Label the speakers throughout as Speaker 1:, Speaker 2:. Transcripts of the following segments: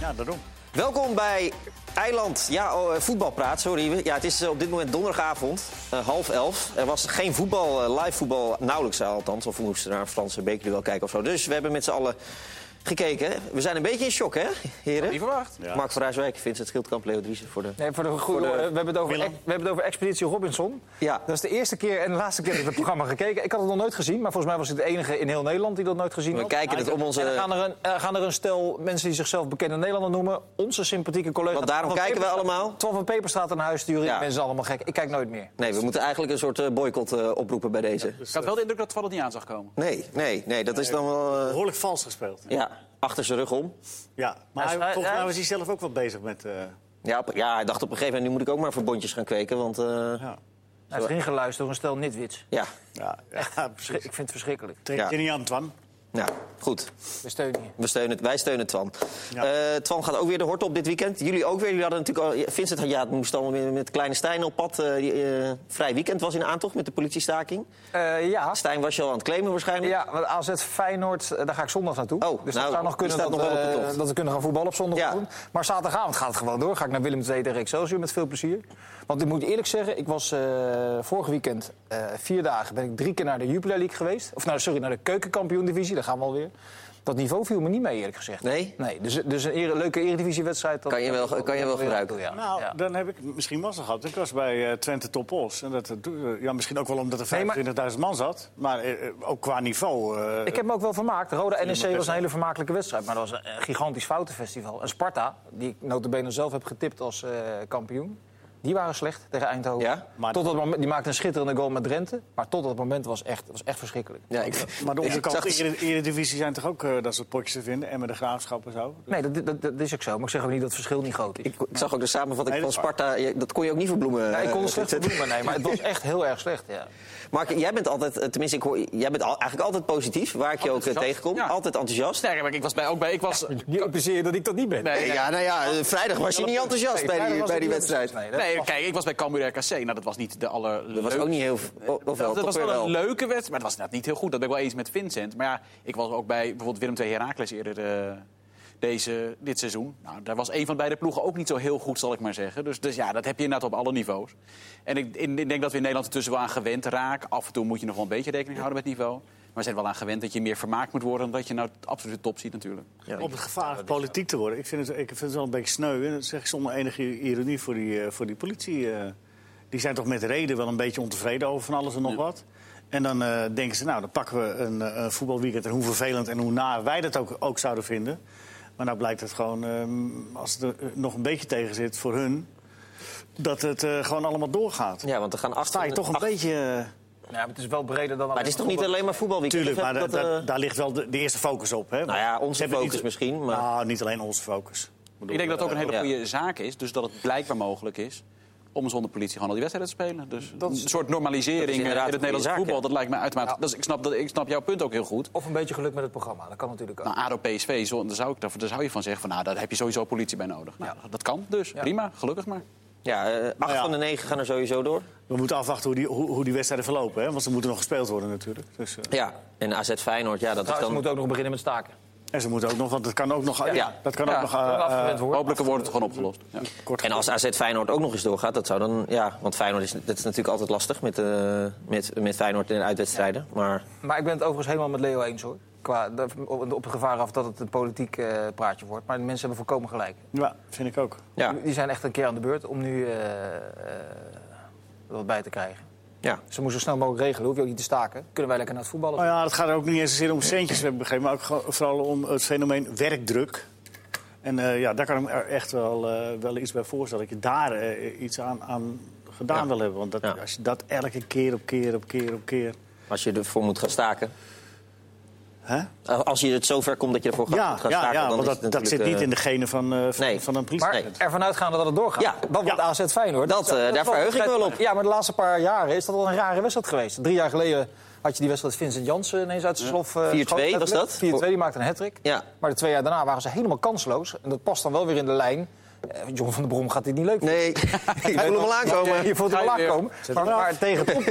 Speaker 1: Ja, daarom.
Speaker 2: Welkom bij Eiland, ja, oh, eh, voetbalpraat, sorry. Ja, het is eh, op dit moment donderdagavond, eh, half elf. Er was geen voetbal, eh, live voetbal, nauwelijks althans. Of we moesten naar een Franse bekerduel kijken of zo. Dus we hebben met z'n allen gekeken. We zijn een beetje in shock, hè, heren?
Speaker 3: Niet verwacht.
Speaker 1: Ja.
Speaker 2: Mark van Rijswijk, Vincent Schildkamp, Leo Driessen voor de...
Speaker 4: Nee, voor de goede,
Speaker 2: Voor de-
Speaker 4: we, hebben het over,
Speaker 1: Willem.
Speaker 4: ex- we hebben het over Expeditie Robinson.
Speaker 2: Ja.
Speaker 4: Dat is de eerste keer en de laatste keer dat ik het programma gekeken. Ik had het nog nooit gezien, maar volgens mij was ik de enige in heel Nederland die dat nooit gezien
Speaker 2: We
Speaker 4: had.
Speaker 2: kijken het om
Speaker 4: En dan
Speaker 2: onze...
Speaker 4: gaan er, een, eh, gaan er een stel mensen die zichzelf bekende Nederlander noemen... onze sympathieke collega...
Speaker 2: Want daarom
Speaker 4: Twan van
Speaker 2: kijken we
Speaker 4: Peperstraat-
Speaker 2: allemaal.
Speaker 4: Twan van Peperstraat naar huis sturen.
Speaker 2: Ja.
Speaker 4: Mensen zijn allemaal gek. Ik kijk nooit meer.
Speaker 2: Nee, we moeten eigenlijk een soort eh, boycott eh, oproepen bij deze.
Speaker 3: Ik had wel de indruk dat Twan het niet aan zag komen.
Speaker 2: Nee, nee, nee, dat is dan wel... eh,
Speaker 1: Behoorlijk vals gespeeld.
Speaker 2: ja, achter zijn rug om.
Speaker 1: Ja, maar
Speaker 4: Hij is-
Speaker 1: hij- volgens
Speaker 4: hij-
Speaker 1: mij was hij zelf ook wel bezig met... eh,
Speaker 2: Ja, op- ja, hij dacht op een gegeven moment, nu moet ik ook maar verbondjes gaan kweken, want... eh,
Speaker 1: ja.
Speaker 4: Hij is ingeluisterd door een stel nitwits.
Speaker 2: ja,
Speaker 1: Ja, ja,
Speaker 4: Ik
Speaker 1: precies.
Speaker 4: vind het verschrikkelijk.
Speaker 1: Trek
Speaker 2: Ja.
Speaker 1: je niet aan, Twan.
Speaker 2: nou, goed.
Speaker 4: We steunen je.
Speaker 2: We steunen, wij steunen Twan.
Speaker 1: Ja.
Speaker 2: Eh, Twan gaat ook weer de hort op dit weekend. Jullie ook weer. Jullie hadden natuurlijk al, Vincent had, ja, moest dan weer met Kleine Stijn op pad. Eh, die, eh, vrij weekend was in aantocht met de politiestaking.
Speaker 4: Eh, ja.
Speaker 2: Stijn was je al aan het claimen waarschijnlijk.
Speaker 4: Ja, want AZ Feyenoord, eh, daar ga ik zondag naartoe.
Speaker 2: Oh,
Speaker 4: dus
Speaker 2: nou,
Speaker 4: dat zou
Speaker 2: die
Speaker 4: nog kunnen
Speaker 2: staat
Speaker 4: dat,
Speaker 2: nog wel op
Speaker 4: we-
Speaker 2: de tocht.
Speaker 4: dat we kunnen gaan voetballen op zondag.
Speaker 2: Ja.
Speaker 4: doen. Maar zaterdagavond gaat het gewoon door. Ga ik naar Willem II tegen Excelsior met veel plezier. Want ik moet eerlijk zeggen, ik was eh vorig weekend eh, vier dagen... ben ik drie keer naar de Jupiler League geweest. Of nou, sorry, naar de Keukenkampioen-divisie. Daar gaan we alweer. Dat niveau viel me niet mee, eerlijk gezegd.
Speaker 2: Nee?
Speaker 4: Nee, dus, dus een ere- leuke eredivisiewedstrijd. dat-
Speaker 2: Kan je wel- kan je wel gebruiken.
Speaker 4: Ja.
Speaker 1: Nou,
Speaker 4: ja.
Speaker 1: dan heb ik misschien massa gehad. Ik was bij eh, Twente Topos. En dat, eh, ja, misschien ook wel omdat er
Speaker 4: Nee, maar-
Speaker 1: 25.000 man zat. Maar eh, eh, ook qua niveau. eh,
Speaker 4: Ik heb me ook wel vermaakt. Roda NEC was
Speaker 1: best
Speaker 4: een hele vermakelijke wedstrijd. Maar dat was een gigantisch foutenfestival. En Sparta, die ik notabene zelf heb getipt als eh, kampioen... die waren slecht tegen Eindhoven.
Speaker 2: Ja,
Speaker 1: maar-
Speaker 4: Tot dat moment, die maakte een schitterende goal met Drenthe. Maar tot dat moment was echt, was echt verschrikkelijk.
Speaker 2: Ja, ik-
Speaker 1: Maar de
Speaker 2: ik
Speaker 1: onderkant
Speaker 2: zag- dus-
Speaker 1: Eredivisie Eredivisie zijn toch ook eh, dat soort potjes te vinden? En met de graafschap en zo. Dus-
Speaker 4: Nee, dat, dat, dat is ook zo. Maar ik zeg ook niet dat het verschil niet groot is.
Speaker 2: ik, ik zag ook de samenvatting
Speaker 1: Nee,
Speaker 2: van
Speaker 1: dat is waar.
Speaker 2: Sparta. Je- Dat kon je ook niet verbloemen.
Speaker 4: Ja, ik kon het
Speaker 2: eh,
Speaker 4: slecht
Speaker 2: Vincent.
Speaker 4: doen, maar nee. Maar het was echt heel erg slecht, ja.
Speaker 2: Mark, jij bent altijd, eh, tenminste, ik hoor, jij bent al- eigenlijk altijd positief, waar ik je ook eh,
Speaker 3: Enthousiast.
Speaker 2: tegenkom.
Speaker 3: Ja.
Speaker 2: Altijd enthousiast.
Speaker 3: Sterker, maar ik was bij, ook bij. Ik was, nee,
Speaker 4: Je impliceert dat ik dat niet ben.
Speaker 3: nee,
Speaker 2: Ja, nou ja, eh, vrijdag was je niet enthousiast bij die, bij die wedstrijd.
Speaker 4: Nee, dat
Speaker 3: nee,
Speaker 4: was-
Speaker 3: kijk, ik was bij Cambuur RKC. Nou, dat was niet de allerleukste.
Speaker 2: Dat was ook niet heel... Of wel,
Speaker 3: dat
Speaker 2: toch
Speaker 3: was
Speaker 2: weer
Speaker 3: wel
Speaker 2: wel.
Speaker 3: een leuke wedstrijd, maar dat was inderdaad niet heel goed. Dat ben ik wel eens met Vincent. Maar ja, ik was ook bij bijvoorbeeld Willem II Heracles eerder eh, deze, dit seizoen. Nou, daar was een van beide ploegen ook niet zo heel goed, zal ik maar zeggen. Dus, dus ja, dat heb je inderdaad op alle niveaus. En ik, in- ik denk dat we in Nederland ertussen wel aan gewend raken. Af en toe moet je nog wel een beetje rekening houden met niveau. Maar we zijn er wel aan gewend dat je meer vermaakt moet worden... dan dat je nou het absolute top ziet natuurlijk.
Speaker 1: Op het gevaar politiek te worden. Ik vind, het, ik vind het wel een beetje sneu. En dat zeg ik zonder enige ironie voor die, eh, voor die politie. eh. die zijn toch met reden wel een beetje ontevreden over van alles en nog wat. En dan eh, denken ze, nou, dan pakken we een, eh, een voetbalweekend. En hoe vervelend en hoe naar wij dat ook, ook zouden vinden. Maar nou blijkt het gewoon, eh, als het er eh, nog een beetje tegen zit voor hun... dat het eh, gewoon allemaal doorgaat.
Speaker 2: Ja, want er gaan acht...
Speaker 1: Sta je toch een
Speaker 2: acht-
Speaker 1: beetje... eh,
Speaker 4: Ja, maar het is wel breder dan...
Speaker 2: Maar het is toch niet alleen maar voetbalweekend?
Speaker 1: Tuurlijk,
Speaker 2: Of
Speaker 1: maar
Speaker 2: heb
Speaker 1: da-
Speaker 2: ik dat,
Speaker 1: da-
Speaker 2: eh,
Speaker 1: daar ligt wel de, de eerste focus op. Hè?
Speaker 2: Nou ja, onze
Speaker 1: Ze hebben
Speaker 2: focus misschien, maar-
Speaker 1: Nou, niet alleen onze focus.
Speaker 3: Ik denk dat het ook een hele
Speaker 2: eh, Ja.
Speaker 3: goede zaak is. Dus dat het blijkbaar mogelijk is om zonder politie gewoon al die wedstrijden te spelen. Dus een soort normalisering
Speaker 2: Dat is
Speaker 3: in het
Speaker 2: inderdaad een
Speaker 3: Nederlands
Speaker 2: goede zaak,
Speaker 3: voetbal.
Speaker 2: ja.
Speaker 3: Dat lijkt me uitermate... dat is- ik, snap, dat, ik snap jouw punt ook heel goed.
Speaker 4: Of een beetje geluk met het programma. Dat kan natuurlijk ook.
Speaker 3: Nou, ADO PSV, zo, daar, zou ik, daar, daar zou je van zeggen... Van, nou, daar heb je sowieso politie bij nodig. Nou, Dat kan dus. Prima, gelukkig maar.
Speaker 2: Ja, eh, acht
Speaker 1: ja.
Speaker 2: van de negen gaan er sowieso door.
Speaker 1: We moeten afwachten hoe die, hoe, hoe die wedstrijden verlopen. Hè? Want ze moeten nog gespeeld worden natuurlijk. Dus, eh,
Speaker 2: Ja, en AZ Feyenoord, ja, dat is
Speaker 4: Trouwens,
Speaker 2: dan... Eh,
Speaker 4: we moeten ook nog beginnen met staken.
Speaker 1: en ze moeten ook nog, want dat kan ook nog... Ja, dat kan
Speaker 3: Ja,
Speaker 1: ook nog... eh,
Speaker 4: Dat we afgewend worden.
Speaker 3: Hopelijk wordt het gewoon opgelost. Ja.
Speaker 1: eh, kort
Speaker 2: En als AZ Feyenoord ook nog eens doorgaat, dat zou dan... Ja, want Feyenoord is, dat is natuurlijk altijd lastig met, eh, met, met Feyenoord in uitwedstrijden. Maar
Speaker 4: Maar ik ben het overigens helemaal met Leo eens hoor. Qua, op, op het gevaar af dat het een politiek eh, praatje wordt. Maar de mensen hebben volkomen gelijk.
Speaker 1: eh, Ja, vind ik ook.
Speaker 2: ja,
Speaker 4: Die zijn echt een keer aan de beurt om nu eh, eh, wat bij te krijgen. Dus
Speaker 2: ja.
Speaker 4: Ze moesten zo snel mogelijk regelen. Hoef je ook niet te staken. Kunnen wij lekker naar het voetballen.
Speaker 1: Nou ja, het gaat er ook niet eens zozeer om centjes, heb ik begrepen. Maar ook gewoon vooral om het fenomeen werkdruk. En eh, ja, daar kan ik me er echt wel, eh, wel iets bij voorstellen. Dat je daar eh, iets aan, aan gedaan
Speaker 2: Ja.
Speaker 1: wil hebben. Want dat,
Speaker 2: Ja.
Speaker 1: als je dat elke keer op keer op keer op keer...
Speaker 2: Als je ervoor moet gaan staken.
Speaker 1: Hè?
Speaker 2: Eh, Als je het zover komt dat je ervoor gaat,
Speaker 1: Ja,
Speaker 2: moet gaan
Speaker 1: ja,
Speaker 2: staken,
Speaker 1: ja
Speaker 2: dan
Speaker 1: want
Speaker 2: is
Speaker 1: dat,
Speaker 2: het
Speaker 1: dat zit
Speaker 2: natuurlijk,
Speaker 1: niet
Speaker 2: eh,
Speaker 1: in de genen van, eh, van,
Speaker 2: nee.
Speaker 1: van een
Speaker 4: Maar
Speaker 1: politieagent.
Speaker 4: ervan uitgaande dat het doorgaat.
Speaker 2: Ja.
Speaker 4: Dat wordt
Speaker 1: Ja.
Speaker 4: AZ Feyenoord.
Speaker 2: Dat, eh, daar
Speaker 4: was-
Speaker 2: verheug ik me wel op.
Speaker 4: Ja, maar de laatste paar jaren is dat al een rare wedstrijd geweest. Drie jaar geleden had je die wedstrijd Vincent Jansen ineens uit zijn slof. eh,
Speaker 2: 4-2
Speaker 4: schoot-
Speaker 2: was dat?
Speaker 4: 4-2, die maakte een hat
Speaker 2: eh, Ja.
Speaker 4: Maar de twee jaar daarna waren ze helemaal kansloos. En dat past dan wel weer in de lijn eh, John van der Brom gaat dit niet leuk vinden.
Speaker 2: Nee, ik voel hem al aankomen.
Speaker 4: Je voelt het
Speaker 3: Ga
Speaker 4: wel
Speaker 3: je weer.
Speaker 4: aankomen. Maar, maar tegen, top,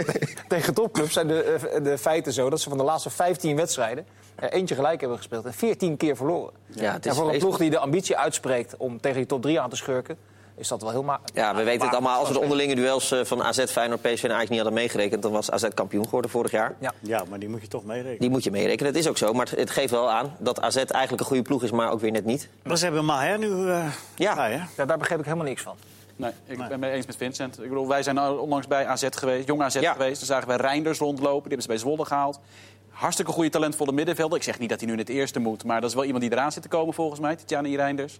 Speaker 4: tegen topclubs zijn de, eh, de feiten zo dat ze van de laatste 15 wedstrijden er eentje gelijk hebben gespeeld en 14 keer verloren.
Speaker 2: Ja, het is
Speaker 4: en voor een
Speaker 2: vreselijk.
Speaker 4: ploeg die de ambitie uitspreekt om tegen die top 3 aan te schurken, is dat wel heel ma-
Speaker 2: Ja, we weten het
Speaker 4: makkelijk.
Speaker 2: allemaal. Als we de onderlinge duels eh, van AZ, Feyenoord, PSV en Ajax niet hadden meegerekend... dan was AZ kampioen geworden vorig jaar.
Speaker 4: Ja.
Speaker 1: Ja, maar die moet je toch meerekenen.
Speaker 2: Die moet je meerekenen, dat is ook zo. Maar het- het geeft wel aan dat AZ eigenlijk een goede ploeg is, maar ook weer net niet.
Speaker 1: Maar ze hebben Maher nu... eh,
Speaker 2: Ja.
Speaker 1: bij, hè?
Speaker 4: Ja, daar begreep ik helemaal niks van.
Speaker 3: Nee, ik ben mee eens met Vincent. Ik bedoel, wij zijn onlangs bij AZ geweest, jong AZ
Speaker 2: Ja.
Speaker 3: geweest. Daar zagen we Reinders rondlopen, die hebben ze bij Zwolle gehaald. Hartstikke goede, talentvolle middenvelder. Ik zeg niet dat hij nu in het eerste moet, maar dat is wel iemand die eraan zit te komen volgens mij, Tjani Reinders.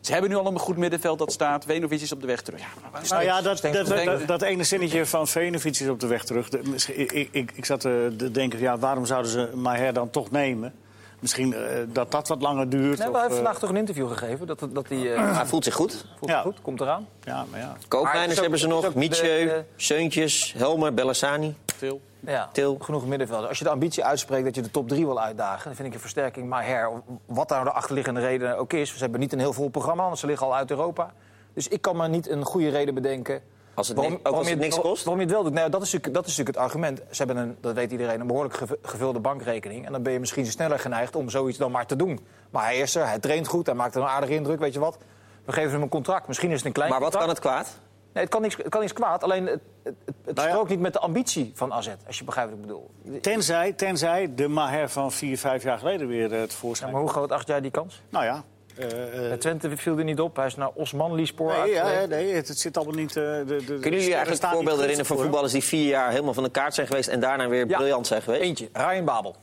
Speaker 3: Ze hebben nu al een goed middenveld dat staat. Wenovic is op de weg terug. Ja, maar waar-
Speaker 1: Nou ja, dat, dat,
Speaker 4: Stengs-
Speaker 1: dat,
Speaker 3: Stengs-
Speaker 1: dat- dat ene zinnetje van Venovic is op de weg terug. De- misschien- ik, ik, ik zat eh, te denken, ja, waarom zouden ze Maher dan toch nemen? Misschien eh, dat dat wat langer duurt.
Speaker 4: Nee, maar
Speaker 1: of,
Speaker 4: hij heeft
Speaker 1: eh,
Speaker 4: vandaag toch een interview gegeven dat, dat hij eh,
Speaker 2: Hij voelt zich goed.
Speaker 4: voelt
Speaker 1: Ja.
Speaker 4: goed, komt eraan.
Speaker 1: ja, maar ja.
Speaker 4: Maar het is
Speaker 2: Koopmijners
Speaker 4: ook-
Speaker 2: hebben ze
Speaker 4: het is
Speaker 2: nog,
Speaker 4: ook de-
Speaker 2: Mietje,
Speaker 4: de-
Speaker 2: Seuntjes, Helmer, Bellassani.
Speaker 3: Til.
Speaker 4: Ja,
Speaker 2: Til.
Speaker 4: genoeg middenvelden. Als je de ambitie uitspreekt dat je de top 3 wil uitdagen, dan vind ik een versterking Maher, of wat daar de achterliggende reden ook is. Ze hebben niet een heel vol programma, want ze liggen al uit Europa. Dus ik kan maar niet een goede reden bedenken.
Speaker 2: Als het ni- ook als
Speaker 4: je
Speaker 2: het niks kost?
Speaker 4: Waarom je het wel doet. Nou, ja, dat, is natuurlijk, dat is natuurlijk het argument. Ze hebben, een, dat weet iedereen, een behoorlijk gev- gevulde bankrekening. En dan ben je misschien sneller geneigd om zoiets dan maar te doen. Maar hij is er, hij traint goed, hij maakt er een aardige indruk, weet je wat. We geven hem een contract. Misschien is het een klein
Speaker 2: Maar wat
Speaker 4: contract.
Speaker 2: kan het kwaad?
Speaker 4: Nee, het kan niks, het kan niks kwaad. Alleen het, het, het
Speaker 1: Nou ja.
Speaker 4: strookt niet met de ambitie van AZ, als je begrijpt wat ik bedoel.
Speaker 1: Tenzij, tenzij de Maher van vier, vijf jaar geleden weer eh,
Speaker 4: Ja,
Speaker 1: tevoorschijn
Speaker 4: maar hoe groot acht jij die kans?
Speaker 1: Nou ja. eh, eh,
Speaker 4: Bij Twente viel er niet op. Hij is naar Osmanli-spoor
Speaker 1: nee, ja,
Speaker 4: uitgeleverd.
Speaker 1: ja, nee, het, het zit allemaal niet... eh, de, de,
Speaker 2: Kunnen jullie je eigenlijk voorbeelden herinneren van
Speaker 1: voetbal?
Speaker 2: voetballers die vier jaar helemaal van de kaart zijn geweest en daarna weer
Speaker 4: Ja.
Speaker 2: briljant zijn geweest?
Speaker 4: Eentje, Ryan Babel.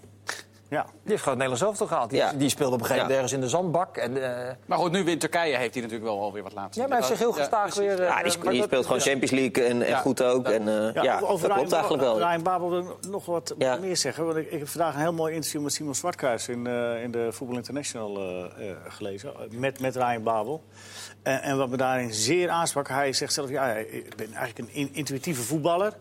Speaker 1: Ja.
Speaker 4: Die heeft gewoon het Nederlands elftal gehaald. Die,
Speaker 2: Ja.
Speaker 4: die speelde op een gegeven moment
Speaker 2: Ja.
Speaker 4: ergens in de zandbak. En, eh
Speaker 3: Maar goed, nu in Turkije heeft hij natuurlijk wel alweer wat laten
Speaker 4: ja,
Speaker 3: zien.
Speaker 4: maar hij heeft zich heel
Speaker 3: Ja,
Speaker 4: gestaag
Speaker 3: precies.
Speaker 4: weer... eh,
Speaker 2: Ja, die, sp-
Speaker 4: maar
Speaker 2: die
Speaker 4: dat-
Speaker 2: speelt gewoon
Speaker 4: ja.
Speaker 2: Champions League en, en
Speaker 3: Ja.
Speaker 2: goed ook. En, eh, ja,
Speaker 1: over
Speaker 2: dat
Speaker 1: Ryan
Speaker 2: klopt
Speaker 1: Ba-
Speaker 2: eigenlijk wel.
Speaker 1: Ryan Babel wil ik nog wat
Speaker 2: Ja.
Speaker 1: meer zeggen. Want ik, ik heb vandaag een heel mooi interview met Simon Zwartkruis in, eh, in de Voetbal International eh, eh, gelezen. eh, Met, met Ryan Babel. En- en wat me daarin zeer aansprak, hij zegt zelf: ja, ik ben eigenlijk een in- intuïtieve voetballer.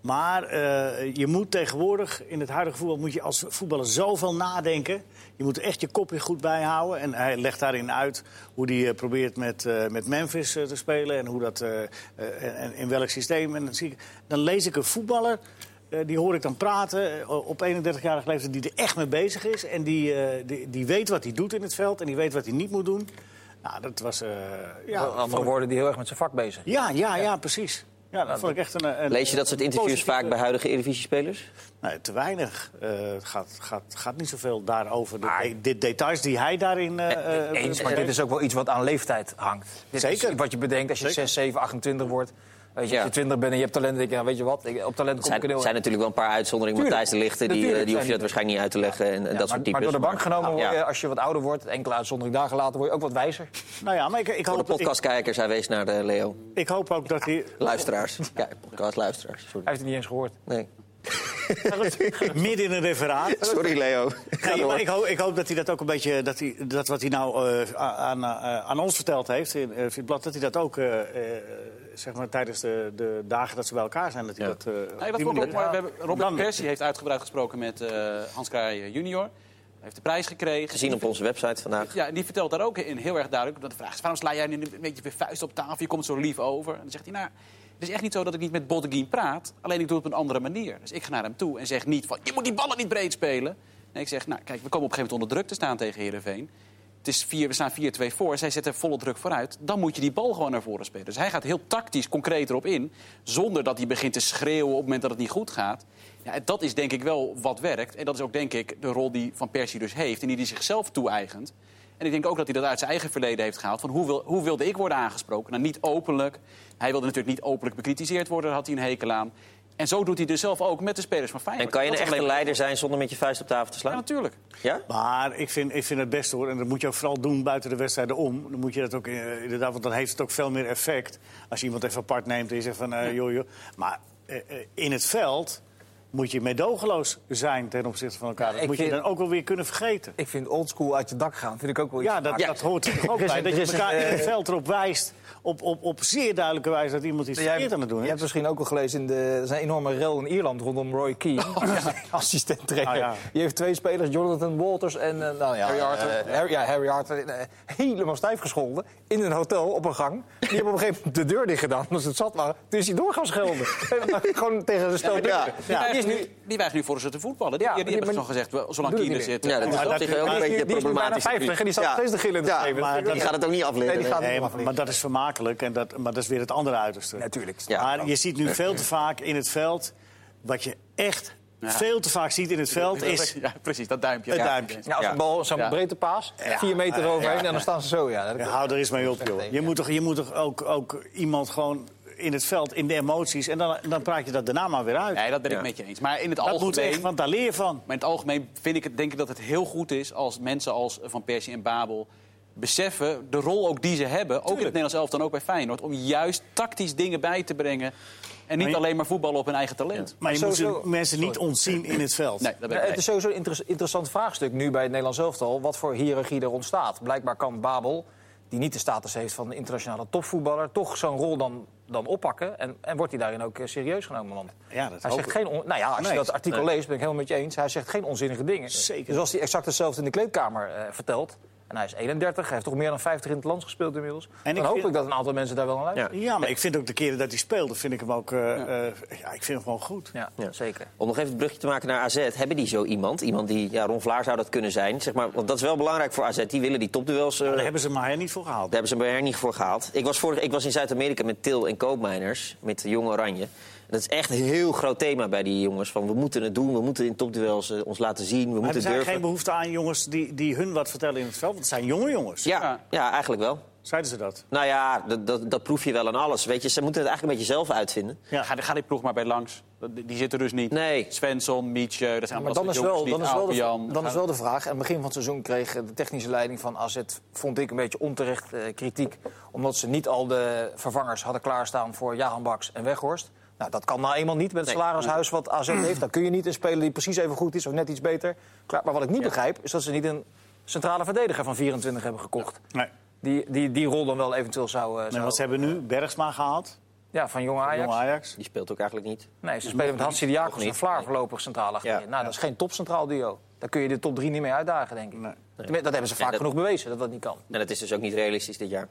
Speaker 1: Maar eh, je moet tegenwoordig, in het huidige voetbal, moet je als voetballer zoveel nadenken. Je moet echt je kopje goed bijhouden. En hij legt daarin uit hoe hij eh, probeert met, eh, met Memphis eh, te spelen. En, hoe dat, eh, eh, en, en in welk systeem. En dan, zie ik, dan lees ik een voetballer. eh, die hoor ik dan praten eh, op 31-jarige leeftijd, die er echt mee bezig is. En die, eh, die, die weet wat hij doet in het veld en die weet wat hij niet moet doen. Nou, dat was. eh, ja,
Speaker 4: Andere woorden, die heel erg met zijn vak bezig. is.
Speaker 1: ja, ja, ja, precies. Ja, dat vond ik echt een, een-
Speaker 2: Lees je dat soort
Speaker 1: een
Speaker 2: interviews
Speaker 1: positieve-
Speaker 2: vaak bij huidige Eredivisie-spelers?
Speaker 1: Nee, te weinig. Eh, Het gaat, gaat, gaat niet zoveel daarover. De, de details die hij daarin... eh, eh,
Speaker 4: Eens, maar dit is ook wel iets wat aan leeftijd hangt. Dit
Speaker 1: Zeker.
Speaker 4: is wat je bedenkt als je
Speaker 1: Zeker.
Speaker 4: 6, 7, 28 wordt. Weet je,
Speaker 2: Ja.
Speaker 4: Als je 20 bent en je hebt talent, dan denk je, nou, weet je wat, ik- op talent kom ik
Speaker 2: zijn,
Speaker 4: er heel
Speaker 2: zijn natuurlijk wel een paar uitzonderingen.
Speaker 4: Tuurlijk.
Speaker 2: Matthijs de Lichten, die, eh,
Speaker 4: Natuurlijk
Speaker 2: die hoef je
Speaker 4: zijn
Speaker 2: dat waarschijnlijk
Speaker 4: die-
Speaker 2: niet uit te leggen. En, en
Speaker 4: Ja,
Speaker 2: dat
Speaker 4: maar,
Speaker 2: soort types.
Speaker 4: maar door de bank
Speaker 2: Maar-
Speaker 4: genomen,
Speaker 2: ja.
Speaker 4: word je, als je wat ouder wordt, enkele uitzondering dagen later, word je ook wat wijzer.
Speaker 1: nou ja, maar ik, ik,
Speaker 2: Voor de
Speaker 1: hoop, ik,
Speaker 2: podcastkijkers, hij wees naar de Leo.
Speaker 1: ik hoop ook dat hij...
Speaker 2: Luisteraars. Ja, podcastluisteraars. Sorry.
Speaker 4: Hij heeft het niet eens gehoord.
Speaker 2: Nee.
Speaker 1: midden in een referaat...
Speaker 2: Sorry, Leo.
Speaker 1: Nee, maar ik, hoop, ik hoop dat hij dat ook een beetje... dat, hij, dat wat hij nou eh, aan, eh, aan ons verteld heeft in eh, het blad... dat hij dat ook eh, eh, zeg maar, tijdens de, de dagen dat ze bij elkaar zijn... dat hij dat... eh, op
Speaker 3: Nee, dat
Speaker 1: die
Speaker 3: vond ik
Speaker 1: manier-
Speaker 3: ook mooi. We hebben Robert
Speaker 1: Dan-
Speaker 3: Persie heeft uitgebreid gesproken met eh, Hans Kraaij junior. Hij heeft de prijs gekregen.
Speaker 2: Gezien op onze website vandaag.
Speaker 3: Ja, en die vertelt daar ook in, heel erg duidelijk. Dat de vraag is, waarom sla jij nu een beetje weer vuist op tafel? Je komt zo lief over. En dan zegt hij, nou, het is echt niet zo dat ik niet met Botteguin praat. Alleen ik doe het op een andere manier. Dus ik ga naar hem toe en zeg niet van, je moet die ballen niet breed spelen. Nee, ik zeg, nou, kijk, we komen op een gegeven moment onder druk te staan tegen Heerenveen. Het is vier, we staan 4-2 voor. Zij zetten volle druk vooruit. Dan moet je die bal gewoon naar voren spelen. Dus hij gaat heel tactisch, concreet erop in. Zonder dat hij begint te schreeuwen op het moment dat het niet goed gaat. Ja, en dat is denk ik wel wat werkt. En dat is ook denk ik de rol die Van Persie dus heeft. En die hij zichzelf toe-eigent. En ik denk ook dat hij dat uit zijn eigen verleden heeft gehaald. Van hoe, wil, hoe wilde ik worden aangesproken? Nou, niet openlijk. Hij wilde natuurlijk niet openlijk bekritiseerd worden. Daar had hij een hekel aan. En zo doet hij dus zelf ook met de spelers van Feyenoord.
Speaker 2: En kan je nou een
Speaker 3: Dat is
Speaker 2: echte
Speaker 3: alleen maar-
Speaker 2: leider zijn zonder met je vuist op tafel te
Speaker 3: Ja,
Speaker 2: slaan?
Speaker 3: natuurlijk.
Speaker 2: Ja?
Speaker 1: Maar ik vind, ik vind het beste hoor, en dat moet je ook vooral doen buiten de wedstrijden om. Dan moet je dat ook eh, inderdaad, want dan heeft het ook veel meer effect. Als je iemand even apart neemt en je zegt van eh, joh, joh. Maar eh, eh, in het veld moet je medogeloos zijn ten opzichte van elkaar. Dat
Speaker 4: ik
Speaker 1: moet je
Speaker 4: vind-
Speaker 1: dan ook wel weer kunnen vergeten.
Speaker 4: Ik vind oldschool uit je dak gaan, vind ik ook wel iets.
Speaker 1: Ja, dat,
Speaker 4: apart.
Speaker 1: dat hoort er toch ook
Speaker 4: Er is
Speaker 1: bij.
Speaker 4: een-
Speaker 1: Dat
Speaker 4: er
Speaker 1: je
Speaker 4: is een,
Speaker 1: elkaar in het
Speaker 4: eh,
Speaker 1: veld erop wijst. Op, op, op zeer duidelijke wijze dat iemand iets
Speaker 4: Jij-
Speaker 1: verkeerd aan het doen
Speaker 4: Je
Speaker 1: is.
Speaker 4: hebt misschien ook al gelezen, in de, er is een enorme rel in Ierland rondom Roy Keane. Assistent trainer.
Speaker 1: Ah, ja.
Speaker 4: Die heeft twee spelers, Jonathan Walters en eh, nou ja,
Speaker 3: Harry Arthur.
Speaker 4: eh, Harry, ja, Harry Arthur. eh, helemaal stijf gescholden in een hotel op een gang. Die hebben op een gegeven moment de deur dicht gedaan omdat ze het zat waren. Toen is hij door gaan schelden. Gewoon tegen de stel
Speaker 2: Ja, maar die-
Speaker 4: Ja, die is nu...
Speaker 3: Die weigeren nu voor ze te voetballen. Die,
Speaker 4: Ja,
Speaker 3: die,
Speaker 4: maar
Speaker 3: hebben
Speaker 4: die-
Speaker 3: toch gezegd, wel, zolang
Speaker 4: doe het
Speaker 3: Kiener
Speaker 4: niet meer.
Speaker 3: zit...
Speaker 2: Ja, dat
Speaker 3: eh,
Speaker 2: is
Speaker 1: maar
Speaker 2: op
Speaker 1: dat-
Speaker 2: zich
Speaker 1: maar
Speaker 2: ook een
Speaker 1: die-
Speaker 2: beetje
Speaker 4: die is nu bijna
Speaker 2: problematisch.
Speaker 4: 50 en die staat nog steeds te gillen in de
Speaker 2: Ja,
Speaker 4: schreeuwen.
Speaker 1: Maar
Speaker 2: Die gaat het ook niet afleren.
Speaker 4: Nee, die gaat-
Speaker 1: Nee, maar, maar dat is vermakelijk, en dat, maar dat is weer het andere uiterste.
Speaker 4: Natuurlijk.
Speaker 2: Ja.
Speaker 1: maar je ziet nu veel te vaak in het veld... wat je echt veel te vaak ziet in het veld is...
Speaker 3: Ja, precies, dat duimpje.
Speaker 1: Het
Speaker 3: Ja,
Speaker 1: duimpje.
Speaker 4: Ja, als
Speaker 2: Ja.
Speaker 4: een bal, zo'n
Speaker 3: Ja.
Speaker 4: breedte paas, vier meter overheen en dan staan ze zo. Ja,
Speaker 1: Ja, hou er eens mee op, joh. Je moet toch, je moet toch ook, ook iemand gewoon in het veld, in de emoties... en dan, dan praat je dat daarna maar weer uit.
Speaker 3: Nee, dat ben ik met je eens. Maar in het
Speaker 1: dat moet echt,
Speaker 3: algemeen...
Speaker 1: want daar leer je van.
Speaker 3: Maar in het algemeen vind ik het, denk ik dat het heel goed is als mensen als Van Persie en Babel beseffen de rol ook die ze hebben, ook in het Nederlands elftal en ook bij Feyenoord, om juist tactisch dingen bij te brengen en niet
Speaker 1: Maar je-
Speaker 3: alleen maar voetballen op hun eigen talent.
Speaker 1: Maar je moet
Speaker 4: Sowieso-
Speaker 1: ze- mensen niet ontzien in het veld.
Speaker 3: Nee, dat ben
Speaker 4: Ja,
Speaker 3: ik
Speaker 4: het is sowieso een interes- interessant vraagstuk nu bij het Nederlands elftal. Wat voor hiërarchie er ontstaat. Blijkbaar kan Babel, die niet de status heeft van een internationale topvoetballer... toch zo'n rol dan, dan oppakken. En, en wordt hij daarin ook eh, serieus genomen? Want
Speaker 1: Ja, dat
Speaker 4: hij
Speaker 1: hoop
Speaker 4: zegt
Speaker 1: ik.
Speaker 4: geen on- nou ja, als
Speaker 1: Nee.
Speaker 4: je dat artikel leest, ben ik helemaal met je eens. Hij zegt geen onzinnige dingen.
Speaker 1: Zeker.
Speaker 4: Dus als hij exact hetzelfde in de kleedkamer eh, vertelt... en hij is 31, hij heeft toch meer dan 50 in het land gespeeld inmiddels...
Speaker 1: En ik
Speaker 4: dan hoop
Speaker 1: vind-
Speaker 4: ik dat een aantal mensen daar wel aan luisteren.
Speaker 1: Ja, maar ik vind ook de keren dat hij speelde, vind ik hem ook... eh, eh, ja, ik vind hem gewoon goed.
Speaker 4: Ja, zeker.
Speaker 2: Om nog even het brugje te maken naar AZ. Hebben die zo iemand? Iemand die, ja, Ron Vlaar zou dat kunnen zijn. Zeg maar, want dat is wel belangrijk voor AZ. Die willen die topduels. eh,
Speaker 1: Daar
Speaker 2: daar
Speaker 1: hebben ze maar niet voor gehaald.
Speaker 2: hebben ze bij niet voor gehaald. Ik was, vorig, ik was in Zuid-Amerika met Til en Koopmijners. Met de Jong Oranje. En dat is echt een heel groot thema bij die jongens. Van we moeten het doen. We moeten in topduels eh, ons laten zien. We
Speaker 1: Maar er
Speaker 2: moeten
Speaker 1: zijn
Speaker 2: durven.
Speaker 1: geen behoefte aan jongens die, die hun wat vertellen in het veld. Want het zijn jonge jongens.
Speaker 2: ja, ja, eigenlijk wel.
Speaker 1: Zeiden ze dat?
Speaker 2: Nou ja, dat, dat, dat proef je wel aan alles. Weet je, ze moeten het eigenlijk een beetje zelf uitvinden.
Speaker 1: Ja.
Speaker 3: Ga, ga die ploeg maar bij langs. Dat- Die, die zitten dus niet.
Speaker 2: Nee.
Speaker 3: Svensson, Mietje, dat zijn
Speaker 4: Maar
Speaker 3: allemaal
Speaker 4: dan
Speaker 3: dat
Speaker 4: is,
Speaker 3: soort
Speaker 4: wel,
Speaker 3: jongens
Speaker 4: dan, is
Speaker 3: niet.
Speaker 4: wel
Speaker 3: Apian.
Speaker 4: de, dan is wel de vraag. Aan het begin van het seizoen kreeg de technische leiding van AZ... vond ik een beetje onterecht eh, kritiek. Omdat ze niet al de vervangers hadden klaarstaan voor Jahan Baks en Weghorst. Nou, dat kan nou eenmaal niet met het
Speaker 2: Nee.
Speaker 4: salarishuis wat AZ heeft. Dan kun je niet een speler die precies even goed is of net iets beter. Klaar. Maar wat ik niet begrijp is dat ze niet een centrale verdediger van 24 hebben gekocht.
Speaker 1: Nee.
Speaker 4: Die, die, die rol dan wel eventueel zou... eh,
Speaker 1: Nee,
Speaker 4: zou-
Speaker 1: want ze hebben nu Bergsma gehaald,
Speaker 4: Ja, van jonge Ajax.
Speaker 1: jonge Ajax.
Speaker 2: Die speelt ook eigenlijk niet.
Speaker 4: Nee, ze spelen met Hansi Diakos en
Speaker 2: niet.
Speaker 4: Vlaar voorlopig centraal achterin.
Speaker 2: Ja.
Speaker 4: Nou, dat is geen topcentraal duo. Daar kun je de top drie niet mee uitdagen, denk ik.
Speaker 1: Nee.
Speaker 4: Tenminste, Dat hebben ze vaak
Speaker 2: dat-
Speaker 4: genoeg bewezen, dat dat niet kan.
Speaker 2: En dat is dus ook niet realistisch dit jaar.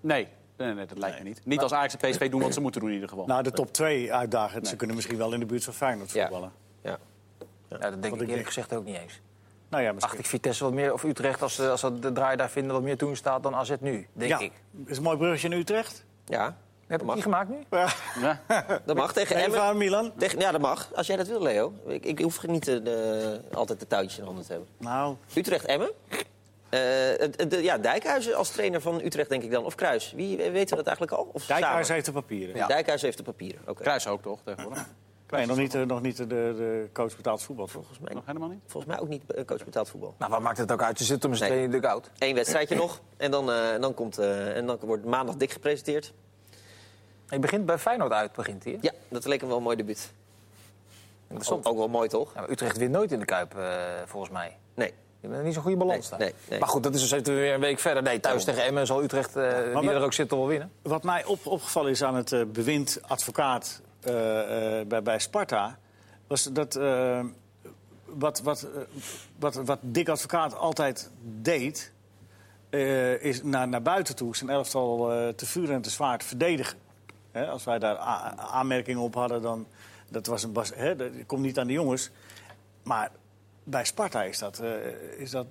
Speaker 3: Nee. Nee, nee, dat lijkt me niet. Niet als Ajax en PSV doen wat ze moeten doen in ieder geval.
Speaker 1: Nou, de top 2 uitdagen. Ze kunnen misschien wel in de buurt van Feyenoord
Speaker 2: Ja.
Speaker 1: voetballen.
Speaker 2: Ja.
Speaker 4: Ja, Nou, dat denk ik
Speaker 1: ik
Speaker 4: eerlijk
Speaker 1: denk-
Speaker 4: gezegd ook niet eens.
Speaker 1: Nou ja,
Speaker 4: Acht
Speaker 1: misschien.
Speaker 4: ik Vitesse wat meer, of Utrecht, als, ze- als dat de draai daar vinden, wat meer toen staat dan AZ nu, denk
Speaker 1: ja,
Speaker 4: ik.
Speaker 1: is een mooi bruggetje in Utrecht.
Speaker 2: Ja,
Speaker 4: Heb ik
Speaker 2: mag.
Speaker 4: die gemaakt nu?
Speaker 1: Ja.
Speaker 3: Ja.
Speaker 2: dat mag. Tegen
Speaker 1: Even
Speaker 2: Emmen.
Speaker 1: aan Milan.
Speaker 2: Tegen, ja, dat mag. Als jij dat wil, Leo. Ik, ik hoef niet eh, de- altijd de touwtjes in handen te hebben.
Speaker 1: Nou,
Speaker 2: Utrecht-Emmen. Eh, het- het- ja, Dijkhuizen als trainer van Utrecht, denk ik dan. Of Kruis. Wie eh, weten we dat eigenlijk al? Of
Speaker 1: Dijkhuis
Speaker 2: samen?
Speaker 1: heeft de papieren.
Speaker 4: Ja.
Speaker 2: Dijkhuis heeft de papieren. Oké.
Speaker 3: Kruis ook toch, tegenwoordig?
Speaker 1: Nee, nog niet, eh, nog niet de, de coach betaald voetbal.
Speaker 2: Volgens, mij,
Speaker 3: Nog helemaal niet?
Speaker 2: volgens mij ook niet eh, coach betaald voetbal.
Speaker 4: Nou, wat maakt het ook uit? Je zit om eens
Speaker 2: Nee.
Speaker 4: twee in de dugout.
Speaker 2: Eén wedstrijdje nog. En dan, eh, en dan, komt, eh, en dan wordt maandag dik gepresenteerd.
Speaker 4: Hij begint bij Feyenoord uit, begint hij. hè?
Speaker 2: Ja, dat leek hem wel een mooi debuut.
Speaker 4: Interessant.
Speaker 2: Ook, ook wel mooi, toch?
Speaker 4: Ja, Nou, maar Utrecht wint nooit in de Kuip, eh, volgens mij.
Speaker 2: Nee. Oh,
Speaker 4: Je hebt niet zo'n goede balans
Speaker 2: Nee,
Speaker 4: daar.
Speaker 2: nee, nee.
Speaker 4: Maar goed, dat is dus even weer een week verder. Nee, thuis tegen Emmen zal Utrecht, eh, wie
Speaker 1: maar-
Speaker 4: er ook zit, toch wel winnen.
Speaker 1: Wat mij op, opgevallen is aan het eh, bewind advocaat eh, eh, bij, bij Sparta, was dat eh, wat, wat, eh, wat, wat Dick Advocaat altijd deed, eh, is naar, naar buiten toe zijn elftal eh, te vuur en te zwaar te verdedigen. Hè, als wij daar a- a- aanmerkingen op hadden, dan dat was een bas, hè, dat komt niet aan de jongens. Maar bij Sparta is dat, eh, is dat,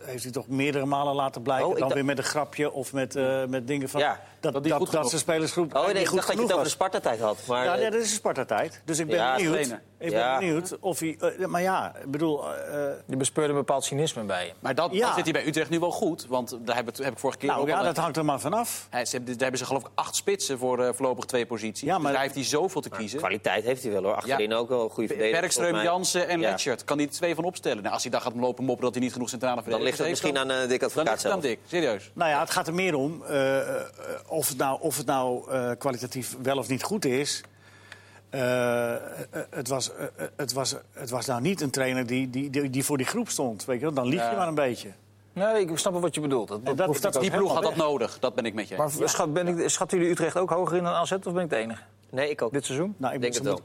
Speaker 1: heeft hij toch meerdere malen laten blijken.
Speaker 2: Oh, ik
Speaker 1: dan
Speaker 2: dacht-
Speaker 1: weer met een grapje of met, eh, met dingen van...
Speaker 2: Ja,
Speaker 1: dat, dat,
Speaker 3: die goed
Speaker 1: dat,
Speaker 3: genoeg.
Speaker 1: de spelersgroep
Speaker 2: Oh nee,
Speaker 1: niet
Speaker 2: ik
Speaker 1: goed
Speaker 2: dacht dat je het
Speaker 1: genoeg
Speaker 2: over de
Speaker 1: was.
Speaker 2: Sparta-tijd had. Maar,
Speaker 1: Ja,
Speaker 2: eh,
Speaker 1: nee, dat is een Sparta-tijd. Dus ik ben
Speaker 2: Ja,
Speaker 1: benieuwd.
Speaker 3: trainer.
Speaker 1: Ik ben
Speaker 2: Ja.
Speaker 1: benieuwd of hij... eh, maar ja, ik bedoel... eh, eh,
Speaker 4: Je bespeurt een bepaald cynisme bij je.
Speaker 3: Maar dat,
Speaker 1: Ja.
Speaker 3: dat zit hij bij Utrecht nu wel goed. Want daar heb, ik- heb ik vorige keer
Speaker 1: nou
Speaker 3: ook
Speaker 1: ja,
Speaker 3: al-
Speaker 1: dat hangt er maar vanaf.
Speaker 3: Hij, ze hebben, daar hebben ze geloof ik acht spitsen voor eh, voorlopig twee posities.
Speaker 1: Ja,
Speaker 3: Ja, maar
Speaker 1: maar-
Speaker 3: daar heeft hij zoveel te kiezen.
Speaker 2: Kwaliteit heeft hij wel hoor. Achterin
Speaker 3: Ja.
Speaker 2: ook wel een goede verdediger. volgens
Speaker 3: Bergström,
Speaker 2: mij.
Speaker 3: Jansen en
Speaker 2: Ja.
Speaker 3: Letchert. Kan hij er twee van opstellen? Nou, als hij daar gaat lopen moppen dat hij niet genoeg centrale
Speaker 2: Dan
Speaker 3: verdedigers
Speaker 2: ligt het
Speaker 3: heeft,
Speaker 2: misschien aan eh Dick
Speaker 3: Dan ligt
Speaker 2: Advocaat
Speaker 3: het aan
Speaker 2: zelf.
Speaker 3: Dick, serieus.
Speaker 1: Nou ja, het gaat er meer om eh, eh, of het nou, of het nou eh, kwalitatief wel of niet goed is. eh, eh, het, was, eh, eh, het, was, het was nou niet een trainer die, die, die, die voor die groep stond. Weet je wel? Dan lieg je maar een beetje.
Speaker 4: Nee, ik snap wel wat je bedoelt. Dat, dat,
Speaker 1: dat-
Speaker 4: proef ik
Speaker 1: dat-
Speaker 4: ook.
Speaker 3: Die ploeg had dat nodig, dat ben ik met je. eens.
Speaker 4: Maar schat, ben ik, schatten jullie Utrecht ook hoger in dan AZ of ben ik de enige?
Speaker 2: Nee, ik ook.
Speaker 4: Dit seizoen?
Speaker 1: Nou, ik
Speaker 2: denk
Speaker 1: moet-
Speaker 2: het wel.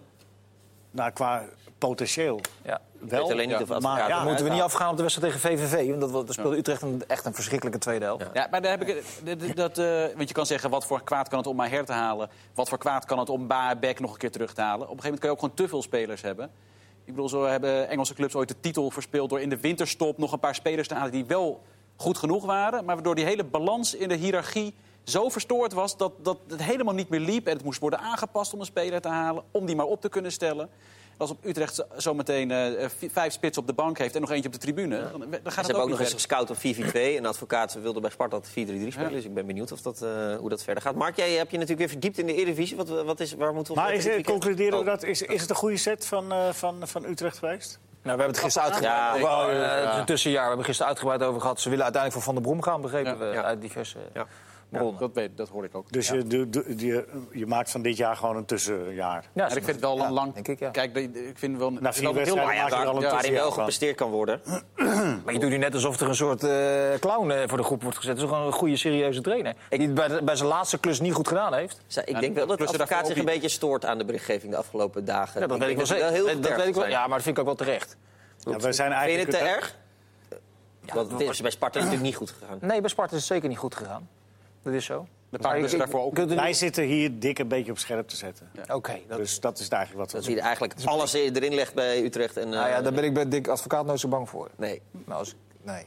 Speaker 1: nou, qua potentieel
Speaker 4: Ja.
Speaker 1: wel.
Speaker 2: weet alleen niet
Speaker 1: ja,
Speaker 2: of het-
Speaker 1: maar,
Speaker 2: ja,
Speaker 1: nou, ja,
Speaker 2: dat
Speaker 4: Dan moeten we niet afgaan op de wedstrijd tegen VVV. Want dat, was- daar speelde Utrecht een, echt een verschrikkelijke tweede helft.
Speaker 3: Ja, maar daar heb ik, het- d- d- dat, eh, want je kan zeggen, wat voor kwaad kan het om Maher te halen? Wat voor kwaad kan het om Baabek nog een keer terug te halen? Op een gegeven moment kan je ook gewoon te veel spelers hebben. Ik bedoel, zo hebben Engelse clubs ooit de titel verspeeld... door in de winterstop nog een paar spelers te halen die wel goed genoeg waren... maar waardoor die hele balans in de hiërarchie zo verstoord was... Dat, dat het helemaal niet meer liep en het moest worden aangepast om een speler te halen... om die maar op te kunnen stellen. Als op Utrecht zo- zometeen eh, v- vijf spits op de bank heeft en nog eentje op de tribune... Dan, dan gaat
Speaker 2: Ze
Speaker 3: het ook,
Speaker 2: hebben ook nog eens
Speaker 3: niet
Speaker 2: gescout op 4-4-2. En de advocaat wilde bij Sparta 4-3-3 spelen.
Speaker 3: Ja.
Speaker 2: Dus ik ben benieuwd of dat, eh, hoe dat verder gaat. Mark, jij hebt je natuurlijk weer verdiept in de Eredivisie. Wat, wat is, waar moeten we op
Speaker 1: maar is,
Speaker 4: eh,
Speaker 2: letten dit weekend?
Speaker 1: concluderen we
Speaker 2: Oh.
Speaker 1: dat, is, is het een goede set van, eh, van, van Utrecht geweest?
Speaker 4: Nou, we hebben het gisteren
Speaker 2: Ja,
Speaker 4: uitgebreid.
Speaker 2: ik-
Speaker 4: Wel, eh,
Speaker 3: ja.
Speaker 4: het is een tussenjaar. We hebben gisteren uitgebreid over gehad. Ze willen uiteindelijk voor Van der Brom gaan, begrepen
Speaker 3: Ja.
Speaker 4: we.
Speaker 2: Ja.
Speaker 4: Uit diverse
Speaker 2: Ja.
Speaker 3: werkt.
Speaker 4: bronnen.
Speaker 3: Dat, weet, dat hoor ik ook.
Speaker 1: Dus je, doe- doe- je, je maakt van dit jaar gewoon een tussenjaar.
Speaker 4: Ja,
Speaker 3: Ja, ik vind het wel een
Speaker 4: ja,
Speaker 3: lang.
Speaker 4: denk ik, ja.
Speaker 3: Kijk, de- de- ik vind wel. het is
Speaker 1: vier
Speaker 3: wel heel
Speaker 1: wedstrijden
Speaker 3: lang.
Speaker 1: maak je
Speaker 3: Ja,
Speaker 1: er al een
Speaker 3: ja.
Speaker 2: Waarin
Speaker 1: Ja,
Speaker 2: wel
Speaker 1: van.
Speaker 2: gepresteerd kan worden.
Speaker 4: Maar je doet nu net alsof er een soort eh, clown eh, voor de groep wordt gezet. Dat is gewoon een goede, serieuze trainer. Die het bij, de- bij zijn laatste klus niet goed gedaan heeft.
Speaker 2: Zij- Ik
Speaker 3: Ja,
Speaker 2: denk wel dat de
Speaker 3: plus ze daarvoor
Speaker 2: advocaat zich een
Speaker 3: ook
Speaker 2: beetje stoort aan de berichtgeving de afgelopen dagen.
Speaker 4: Ja, dat weet ik wel
Speaker 2: denk
Speaker 4: zeker.
Speaker 2: ze heel
Speaker 4: Dat- dat
Speaker 2: getergd
Speaker 4: weet ik wel.
Speaker 2: zijn.
Speaker 4: Ja, maar dat vind ik ook wel terecht.
Speaker 1: Ja, we zijn
Speaker 2: Vind je het
Speaker 1: eigenlijk
Speaker 2: te erg? Want het is bij Sparta natuurlijk niet goed gegaan.
Speaker 4: Nee, bij Sparta is het zeker niet goed gegaan. Dat is zo.
Speaker 3: De paar
Speaker 4: Maar
Speaker 3: klussen daarvoor ook.
Speaker 4: ik- ik-
Speaker 1: Wij zitten hier dik een beetje op scherp te zetten.
Speaker 4: Oké, dat
Speaker 1: Dus dat is het eigenlijk wat we
Speaker 2: Dat hij er eigenlijk alles erin legt bij Utrecht. En, eh,
Speaker 4: Nou ja, daar ben ik bij Dick Advocaat nooit zo bang voor.
Speaker 2: Nee.
Speaker 4: Nou, als, nee.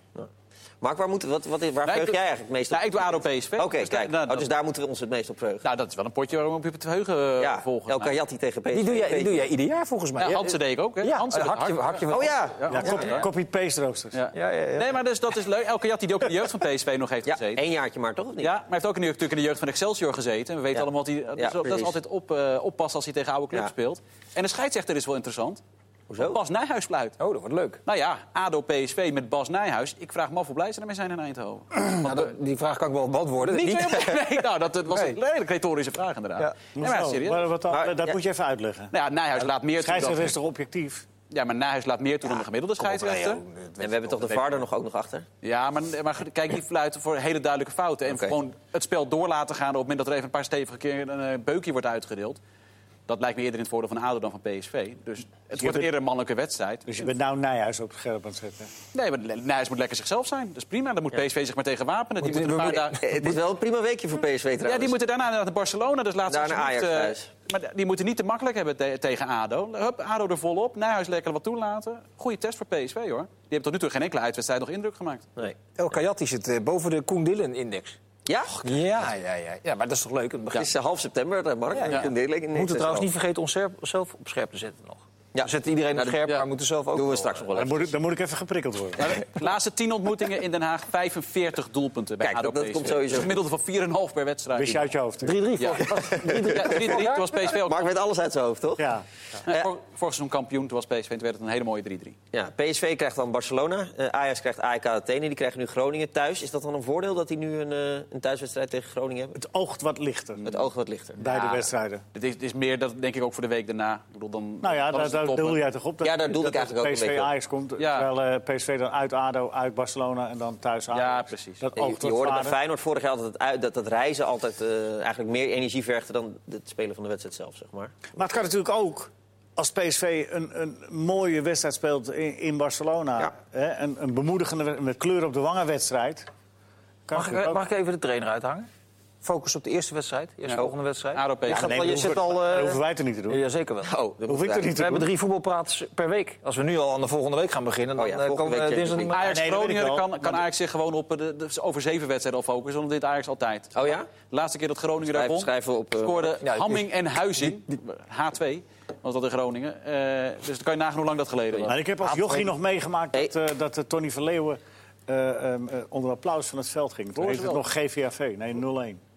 Speaker 2: Mark, waar, moet, wat, wat, is- waar
Speaker 3: Nee, ik
Speaker 2: verheug
Speaker 3: doe-
Speaker 2: jij eigenlijk het meest op?
Speaker 3: Nou, ik doe ADO PSV.
Speaker 2: Oké,
Speaker 3: Dus da-
Speaker 2: kijk.
Speaker 3: nou,
Speaker 2: oh, dus
Speaker 3: dat-
Speaker 2: daar moeten we ons het meest op verheugen.
Speaker 3: Nou, dat is wel een potje waarom op je het heugen
Speaker 2: ja,
Speaker 3: ja, volgen.
Speaker 2: El Kayati tegen PSV.
Speaker 4: Die doe, jij, die doe jij ieder jaar volgens mij.
Speaker 3: Ja, Hansen deed ik ook, hè?
Speaker 4: Ja,
Speaker 3: Hansen
Speaker 4: eh,
Speaker 3: met
Speaker 4: hakje,
Speaker 3: hak.
Speaker 4: hakje
Speaker 2: Oh
Speaker 4: wel.
Speaker 2: ja!
Speaker 1: Ja, copy- copy-paste roosters.
Speaker 3: Ja.
Speaker 4: Ja, ja, ja.
Speaker 3: Nee, maar dus, dat is leuk. El Kayati die ook in de jeugd van PSV nog heeft
Speaker 2: Ja,
Speaker 3: gezeten.
Speaker 2: één jaartje maar toch, of niet?
Speaker 3: Ja, maar hij heeft ook in de- natuurlijk in de jeugd van Excelsior gezeten. We weten
Speaker 2: Ja.
Speaker 3: allemaal dat hij.
Speaker 2: Ja,
Speaker 3: dus dat is
Speaker 2: precies.
Speaker 3: altijd op, eh, oppassen als hij tegen oude clubs
Speaker 2: Ja.
Speaker 3: speelt. En de scheidsrechter is wel interessant.
Speaker 2: Hoezo?
Speaker 3: Bas Nijhuis fluit.
Speaker 4: Oh, dat wordt leuk.
Speaker 3: Nou ja, ADO PSV met Bas Nijhuis. Ik vraag me af hoe blij ze daarmee zijn in Eindhoven.
Speaker 4: Nou, dat-
Speaker 3: eh,
Speaker 4: die vraag kan ik wel beantwoorden.
Speaker 3: Niet
Speaker 4: Niet-
Speaker 3: helemaal- Nee, nou, dat, dat was een redelijk retorische vraag inderdaad.
Speaker 4: Ja.
Speaker 3: Nee, maar
Speaker 1: Zo,
Speaker 3: serieus.
Speaker 1: oh, maar wat dan?
Speaker 2: Maar,
Speaker 1: dat
Speaker 2: ja.
Speaker 1: moet je even uitleggen.
Speaker 3: Nou ja, Nijhuis laat meer toe
Speaker 1: Scheidsrechter is
Speaker 3: dan,
Speaker 1: toch objectief?
Speaker 3: ja, maar Nijhuis laat meer toe dan de gemiddelde scheidsrechter.
Speaker 2: En we hebben toch de VAR er nog ook nog achter?
Speaker 3: Ja, maar, maar goed, kijk, die fluiten voor hele duidelijke fouten. En
Speaker 2: Oké.
Speaker 3: gewoon het spel door laten gaan op het moment dat er even een paar stevige keer een eh, beukje wordt uitgedeeld. Dat lijkt me eerder in het voordeel van ADO dan van PSV. Dus het wordt
Speaker 1: bent-
Speaker 3: eerder een mannelijke wedstrijd.
Speaker 1: Dus je bent nou Nijhuis op het scherp aan het zetten.
Speaker 3: Nee, maar Nijhuis moet lekker zichzelf zijn. Dat is prima. Dan moet PSV zich maar tegen wapenen. Die
Speaker 4: Moet-
Speaker 3: moeten een
Speaker 4: we
Speaker 3: paar dagen-
Speaker 2: Eh, Het is wel een prima weekje voor PSV trouwens.
Speaker 3: Ja, die moeten daarna naar Barcelona. Dus laat ze
Speaker 2: Daarna
Speaker 3: alsjeblieft,
Speaker 2: Ajax
Speaker 3: eh,
Speaker 2: thuis.
Speaker 3: Maar die moeten niet te makkelijk hebben te- tegen ADO. Hup, ADO er volop. Nijhuis lekker wat toelaten. Goede test voor PSV, hoor. Die hebben tot nu toe geen enkele uitwedstrijd nog indruk gemaakt.
Speaker 2: Nee.
Speaker 4: El Kayati zit eh, boven de Koen Dillen-index.
Speaker 2: Ja?
Speaker 4: Ja, ja, ja. Ja, maar dat is toch leuk? Het
Speaker 2: Het
Speaker 4: begint.
Speaker 2: is eh, half september, eh, Mark.
Speaker 4: Ja, ja.
Speaker 2: Ik vind dit lekker
Speaker 4: We moeten
Speaker 2: niks
Speaker 4: trouwens niet
Speaker 2: te
Speaker 4: vergeten onszelf op scherp te zetten nog.
Speaker 2: Ja.
Speaker 4: We zetten iedereen op
Speaker 2: Nou, dat-
Speaker 4: scherp,
Speaker 3: ja.
Speaker 4: maar we moeten zelf ook...
Speaker 2: snel. Doen we
Speaker 4: wel,
Speaker 2: straks nog wel
Speaker 1: Dan
Speaker 2: even.
Speaker 1: moet, ik- dan moet ik even geprikkeld worden.
Speaker 3: Maar de laatste tien ontmoetingen in Den Haag 45 doelpunten bij
Speaker 2: Kijk,
Speaker 3: ADO
Speaker 2: dat- dat
Speaker 3: PSV.
Speaker 2: komt sowieso.
Speaker 3: Dus Een gemiddelde van 4,5 per wedstrijd.
Speaker 1: Wist je uit je hoofd? hè?
Speaker 4: eh, 3-3
Speaker 3: Ja.
Speaker 4: volgens mij.
Speaker 3: Ja, 3-3. Toen was PSV ook...
Speaker 2: Mark weet alles uit zijn hoofd, toch?
Speaker 1: Ja.
Speaker 3: Vor- Vorig seizoen kampioen, toen was PSV. Toen werd het een hele mooie 3-3.
Speaker 2: Ja, PSV krijgt dan Barcelona. eh, Ajax krijgt AEK Athene. Die krijgen nu Groningen thuis. Is dat dan een voordeel dat die nu een, eh, een thuiswedstrijd tegen Groningen hebben?
Speaker 1: Het oogt wat lichter
Speaker 2: Het oog wat lichter.
Speaker 1: bij de
Speaker 3: Ja.
Speaker 1: wedstrijden.
Speaker 3: Het is, het is meer, dat denk ik ook voor de week daarna. Ik bedoel, dan,
Speaker 1: Nou ja,
Speaker 3: dan
Speaker 1: daar,
Speaker 3: is het
Speaker 1: daar
Speaker 3: top.
Speaker 1: doel jij toch op? dat-
Speaker 2: Ja, daar doelde ik
Speaker 1: dat
Speaker 2: eigenlijk ook een
Speaker 1: PSV
Speaker 2: beetje op.
Speaker 1: Ajax komt,
Speaker 3: Ja.
Speaker 1: terwijl eh, PSV dan uit ADO, uit Barcelona en dan thuis Ajax.
Speaker 3: precies.
Speaker 1: Dat
Speaker 4: Oh,
Speaker 2: Je,
Speaker 1: oogt
Speaker 2: je
Speaker 1: wat
Speaker 2: hoorde bij
Speaker 1: zwaarder.
Speaker 2: Feyenoord vorig jaar altijd uit, dat het reizen altijd eh, eigenlijk meer energie vergde dan het spelen van de wedstrijd zelf, zeg maar.
Speaker 1: Maar het kan natuurlijk ook, als PSV een, een mooie wedstrijd speelt in, in Barcelona...
Speaker 2: Ja.
Speaker 1: Hè, een, een bemoedigende, wed- met kleur op de wangen wedstrijd... kan
Speaker 4: Mag
Speaker 1: natuurlijk
Speaker 4: ik,
Speaker 1: ook-
Speaker 4: mag ik even de trainer uithangen? Focus op de eerste wedstrijd, eerste
Speaker 3: Ja.
Speaker 4: volgende wedstrijd.
Speaker 3: ADO PSV.
Speaker 4: Je gaat
Speaker 1: Nee,
Speaker 4: wel-
Speaker 1: dat
Speaker 4: je
Speaker 1: hoeven-
Speaker 4: zit al...
Speaker 1: dat
Speaker 4: eh,
Speaker 1: hoeven wij toch niet te doen?
Speaker 4: Ja, zeker wel.
Speaker 2: Oh, dat
Speaker 1: Hoef ik er niet
Speaker 4: We
Speaker 1: te doen?
Speaker 4: hebben drie voetbalpraats per week. Als we nu al aan de volgende week gaan beginnen, dan
Speaker 2: Oh ja,
Speaker 4: eh,
Speaker 2: volgende
Speaker 4: komen
Speaker 2: week
Speaker 4: we
Speaker 2: Champions
Speaker 4: dinsdag niet meer
Speaker 3: Ajax
Speaker 1: Nee, dat weet ik
Speaker 3: Groningen
Speaker 1: wel.
Speaker 3: kan, kan Ajax zich gewoon op eh, de, de- over zeven wedstrijden al focussen. Want dit Ajax altijd.
Speaker 2: Oh ja?
Speaker 3: De laatste keer dat Groningen daar
Speaker 2: Schrijven,
Speaker 3: won,
Speaker 2: schrijven op... eh,
Speaker 3: scoorden
Speaker 4: ja, ik-
Speaker 3: Hamming en Huizing. H2 was dat in Groningen. Eh, dus dan kan je nagaan hoe lang dat geleden was.
Speaker 1: Maar ik heb als jochie nog meegemaakt dat, eh, dat eh, Tony van Leeuwen eh, ehm, eh, onder eh, applaus van het veld ging. Toen
Speaker 3: Hoor
Speaker 1: heette
Speaker 3: ze
Speaker 1: het
Speaker 3: wel.
Speaker 1: nog GVAV, nee 0-1.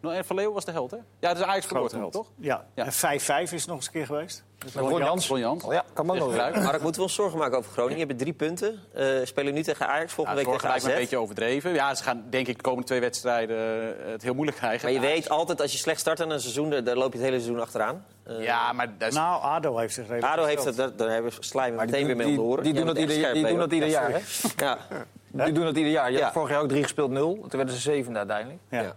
Speaker 3: Nou, en Van Leeuwen was de held, hè? Ja, dat is Ajax verloren,
Speaker 1: Grote held.
Speaker 3: toch?
Speaker 1: Ja.
Speaker 3: Ja.
Speaker 1: En 5-5 is nog eens een keer geweest.
Speaker 4: Met Ron Jans.
Speaker 3: Ron Jans.
Speaker 4: Ja, kan ook
Speaker 3: Tegen
Speaker 4: nog
Speaker 3: Luik.
Speaker 4: weer.
Speaker 3: Oh, Ja,
Speaker 2: Mark, moeten we ons zorgen maken over Groningen? Je hebt drie punten. Eh spelen nu tegen Ajax, volgende
Speaker 3: het
Speaker 2: week
Speaker 3: vorige
Speaker 2: tegen
Speaker 3: lijkt
Speaker 2: AZ.
Speaker 3: me een beetje overdreven. Ja, ze gaan denk ik de komende twee wedstrijden eh, het heel moeilijk krijgen.
Speaker 2: Maar je weet altijd, als je slecht start aan een seizoen, daar daar loop je het hele seizoen achteraan. Eh
Speaker 3: Ja, maar dat is...
Speaker 1: Nou, ADO heeft zich redelijk
Speaker 2: ADO heeft
Speaker 1: gesteld.
Speaker 2: dat, daar- daar hebben we slijm
Speaker 4: Maar die
Speaker 2: meteen weer mee
Speaker 4: doen-
Speaker 2: om te horen.
Speaker 4: die- die
Speaker 2: Jij
Speaker 4: doen
Speaker 2: bent
Speaker 4: dat
Speaker 2: echt
Speaker 4: ieder- die
Speaker 2: scherp,
Speaker 4: doen dat
Speaker 2: Leo.
Speaker 4: ieder
Speaker 2: Ja, sorry. Ja.
Speaker 4: Die doen dat ieder jaar. Je
Speaker 2: Ja.
Speaker 4: hebt vorig jaar ook drie gespeeld, nul. Toen werden ze zevende uiteindelijk.
Speaker 1: Ja.
Speaker 2: Ja.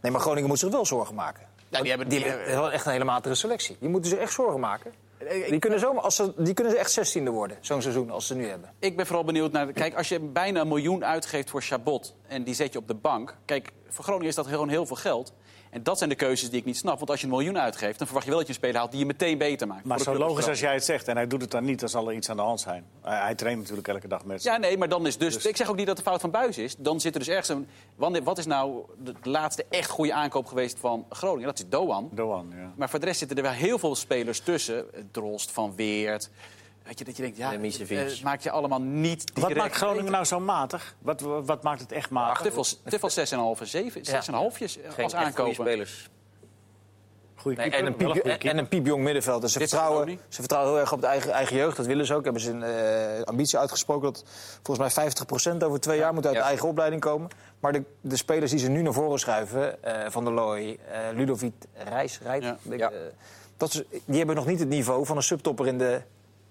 Speaker 4: Nee, maar Groningen moet zich wel zorgen maken.
Speaker 3: Ja, die hebben...
Speaker 4: Die hebben echt een hele matige selectie. Die moeten zich echt zorgen maken. Die kunnen, zomaar, als ze, die kunnen ze echt zestiende worden, zo'n seizoen als ze nu hebben.
Speaker 3: Ik ben vooral benieuwd naar... Kijk, als je bijna een miljoen uitgeeft voor Chabot en die zet je op de bank... Kijk, voor Groningen is dat gewoon heel veel geld. En dat zijn de keuzes die ik niet snap. Want als je een miljoen uitgeeft, dan verwacht je wel dat je een speler haalt... die je meteen beter maakt.
Speaker 1: Maar
Speaker 3: Voor
Speaker 1: zo
Speaker 3: de club
Speaker 1: logisch
Speaker 3: zelf.
Speaker 1: als jij het zegt, en hij doet het dan niet, dan zal er iets aan de hand zijn. Hij, hij traint natuurlijk elke dag met ze.
Speaker 3: Ja, nee, maar dan is dus, Ik zeg ook niet dat de fout van Buis is. Dan zit er dus ergens een... Wanneer, wat is nou de de laatste echt goede aankoop geweest van Groningen? Dat is Doan.
Speaker 1: Doan, ja.
Speaker 3: Maar voor de rest zitten er wel heel veel spelers tussen. Eh, Drost, Van Weert. Weet je, dat je denkt, ja,
Speaker 2: En Misevic.
Speaker 3: eh, het maakt je allemaal niet
Speaker 1: Wat
Speaker 3: direct...
Speaker 1: maakt Groningen nou zo matig? Wat, wat, wat maakt het echt
Speaker 3: Ach,
Speaker 1: matig?
Speaker 3: te veel, te veel 6,5, 7, 6,5
Speaker 2: Geen
Speaker 3: eh, als
Speaker 2: echt goede
Speaker 3: aankopen.
Speaker 2: spelers.
Speaker 1: Goeie
Speaker 4: Nee,
Speaker 1: keeper,
Speaker 4: en, een
Speaker 1: wel
Speaker 4: piep,
Speaker 1: goede
Speaker 4: en,
Speaker 1: keeper.
Speaker 4: en een piepjong middenveld. En ze,
Speaker 3: Dit is
Speaker 4: vertrouwen,
Speaker 3: Groningen.
Speaker 4: ze vertrouwen heel erg op de eigen, eigen jeugd. Dat willen ze ook. Hebben ze een eh, ambitie uitgesproken dat volgens mij 50% over twee jaar moet uit
Speaker 2: Ja.
Speaker 4: de eigen opleiding komen. Maar de, de spelers die ze nu naar voren schuiven, eh, Van der Looy, eh Ludovic Reis, Rijt,
Speaker 3: Ja.
Speaker 4: denk ik,
Speaker 2: Ja.
Speaker 4: eh, dat is, die hebben nog niet het niveau van een subtopper in de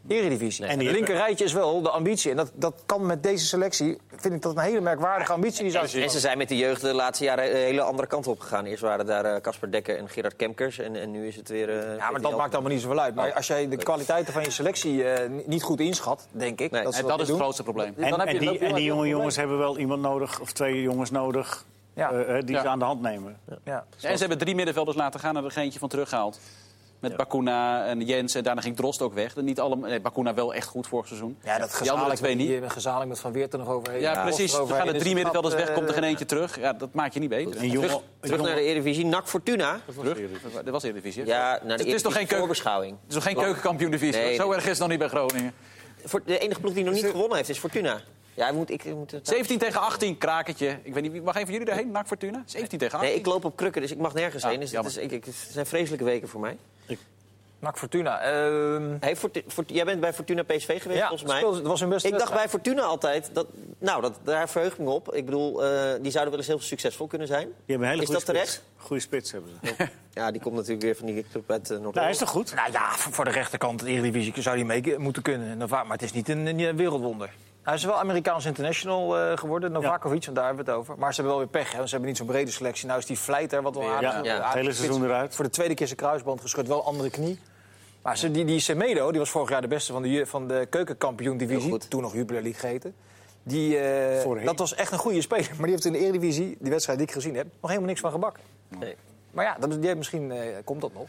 Speaker 4: eredivisie.
Speaker 1: En
Speaker 4: En
Speaker 1: die
Speaker 4: het linker rijtje is wel de ambitie. En dat, dat kan met deze selectie, vind ik dat een hele merkwaardige ambitie. Die ze uit-
Speaker 2: En ze zijn met de jeugd de laatste jaren een hele andere kant op gegaan. Eerst waren daar eh, Casper Dekker en Gerard Kemkers. En, en nu is het weer... eh,
Speaker 4: Ja, maar
Speaker 2: Peter
Speaker 4: dat
Speaker 2: Jan.
Speaker 4: maakt allemaal niet zoveel uit. Maar
Speaker 3: Oh.
Speaker 4: als jij de kwaliteiten van je selectie eh, ni- niet goed inschat, denk ik.
Speaker 2: Nee,
Speaker 4: dat ze
Speaker 3: En
Speaker 4: dat
Speaker 3: dat is
Speaker 4: niet
Speaker 3: het
Speaker 4: doen.
Speaker 3: grootste probleem.
Speaker 1: En,
Speaker 4: Dan heb
Speaker 1: en
Speaker 4: je-
Speaker 1: die,
Speaker 4: loop je
Speaker 1: en die
Speaker 4: wel
Speaker 1: jonge
Speaker 4: een
Speaker 1: jongens hebben wel iemand nodig, of twee jongens nodig,
Speaker 4: Ja.
Speaker 1: eh, eh, die
Speaker 3: Ja.
Speaker 1: ze aan de hand nemen.
Speaker 4: Ja.
Speaker 3: Ja, en ze hebben drie middenvelders laten gaan en er eentje van teruggehaald. Met Bakuna en Jens en daarna ging Drost ook weg. Niet alle, nee, Bakuna wel echt goed vorig seizoen.
Speaker 4: ja, dat
Speaker 3: Die andere
Speaker 4: gezamenlijk,
Speaker 3: twee niet.
Speaker 4: die eh, gezamenlijk met Van Weert er nog overheen.
Speaker 3: Ja,
Speaker 4: Koster
Speaker 3: precies. Dan
Speaker 4: eroverheen.
Speaker 3: gaan er
Speaker 4: Dus
Speaker 3: drie
Speaker 4: het gaat,
Speaker 3: middenvelders
Speaker 4: eh,
Speaker 3: weg, komt er geen eentje terug. Ja, dat maak je niet beter.
Speaker 1: Een jonge, een
Speaker 2: Terug
Speaker 1: jonge-
Speaker 2: naar de Eredivisie. NAC Fortuna.
Speaker 3: Dat was Eredivisie. hè?
Speaker 2: Ja, naar de
Speaker 3: het is toch
Speaker 2: Eredivisie
Speaker 3: geen keuken,
Speaker 2: voorbeschouwing.
Speaker 3: het is nog geen keukenkampioen-divisie.
Speaker 2: Nee,
Speaker 3: Zo
Speaker 2: dit-
Speaker 3: erg is het nog niet bij Groningen.
Speaker 2: Voor- De enige ploeg die nog niet gewonnen heeft is Fortuna. Ja, hij moet, ik, ik moet het-
Speaker 3: 17 tegen 18, krakertje. Ik weet niet, wie- mag een van jullie daarheen? NAC Fortuna? 17 tegen 18.
Speaker 2: Nee, ik loop op krukken, dus ik mag nergens
Speaker 3: Ja,
Speaker 2: heen. Dus dat is,
Speaker 3: jammer.
Speaker 2: ik, ik- het zijn vreselijke weken voor mij.
Speaker 4: NAC Fortuna. ehm,
Speaker 2: Hey, Fortu- Fortu- jij bent bij Fortuna PSV geweest,
Speaker 4: ja,
Speaker 2: volgens mij.
Speaker 4: speelde- het was hun beste
Speaker 2: Ik dacht
Speaker 4: wedstrijd.
Speaker 2: bij Fortuna altijd, dat, nou, dat, daar verheug ik me op. Ik bedoel, eh, die zouden wel eens heel succesvol kunnen zijn.
Speaker 1: die hebben een hele
Speaker 2: is
Speaker 1: goede
Speaker 2: dat terecht?
Speaker 1: spits. Goede spits hebben ze. nou,
Speaker 2: Ja, die komt natuurlijk weer van die club uit eh,
Speaker 1: hij
Speaker 2: Noord-Holland.
Speaker 1: is toch goed?
Speaker 4: Nou ja, voor voor de rechterkant, de Eredivisie, zou hij mee moeten kunnen. En Nova- Maar het is niet een, een wereldwonder. Hij is wel Amerikaans international eh, geworden, Novakovic, want daar hebben we het over. Maar ze hebben wel weer pech, hè, want ze hebben niet zo'n brede selectie. Nou is die Vleiter, wat wel aardig
Speaker 1: Ja,
Speaker 4: is.
Speaker 1: het hele
Speaker 4: spits.
Speaker 1: seizoen eruit.
Speaker 4: Voor de tweede keer zijn kruisband geschud, wel andere knie. Maar ze, die, die Semedo, die was vorig jaar de beste van de, ju- van de
Speaker 2: Heel
Speaker 4: keukenkampioen-divisie.
Speaker 2: goed.
Speaker 4: Toen nog Jubilee League geheten. Die, eh,
Speaker 1: Voorheen.
Speaker 4: dat was echt een goede speler. Maar die heeft in de Eredivisie, die wedstrijd die ik gezien heb, nog helemaal niks van gebakken.
Speaker 2: Nee.
Speaker 4: Maar ja, dat, die heeft misschien eh, komt dat nog.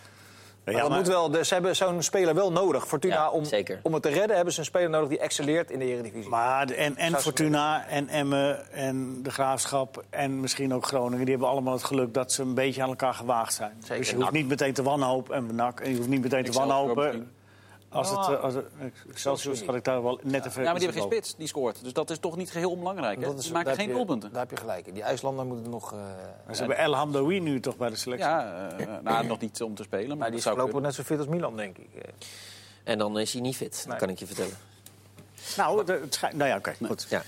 Speaker 1: Ja,
Speaker 4: Maar dat
Speaker 1: maar-
Speaker 4: moet wel, de- ze hebben zo'n speler wel nodig. Fortuna,
Speaker 2: Ja,
Speaker 4: om,
Speaker 2: zeker.
Speaker 4: om het te redden, hebben ze een speler nodig die excelleert in de Eredivisie.
Speaker 1: Maar de- en, en
Speaker 4: Zou ze
Speaker 1: Fortuna en Emmen en de Graafschap en misschien ook Groningen... die hebben allemaal het geluk dat ze een beetje aan elkaar gewaagd zijn. Dus je hoeft niet meteen te wanhopen en nak. En je hoeft niet meteen te
Speaker 3: Excelsior
Speaker 1: wanhopen.
Speaker 3: misschien.
Speaker 1: Als het, eh, als het, Excelsior
Speaker 4: niet.
Speaker 1: had ik daar wel net even...
Speaker 3: Ah. Ja, maar die hebben geen spits, die scoort. Dus dat is toch niet geheel onbelangrijk. Hè?
Speaker 4: Dat is-
Speaker 3: Ze maken
Speaker 4: daar heb
Speaker 3: geen
Speaker 4: je-
Speaker 3: doelpunten.
Speaker 4: Daar heb je gelijk. in. Die IJslander moeten nog... eh,
Speaker 1: Ze hebben El Hamdoui nu toch bij de selectie.
Speaker 3: Ja, eh, nou, nog niet om te spelen.
Speaker 4: maar
Speaker 3: Maar,
Speaker 4: die
Speaker 3: dat
Speaker 4: is
Speaker 3: zou
Speaker 4: voorlopig
Speaker 3: kunnen.
Speaker 4: net zo fit als Milan, denk ik. Eh,
Speaker 2: En dan is hij niet fit, dat
Speaker 4: Nee.
Speaker 2: kan ik je vertellen.
Speaker 1: Nou, de- het schijnt- nou ja, oké, goed.
Speaker 2: Ja.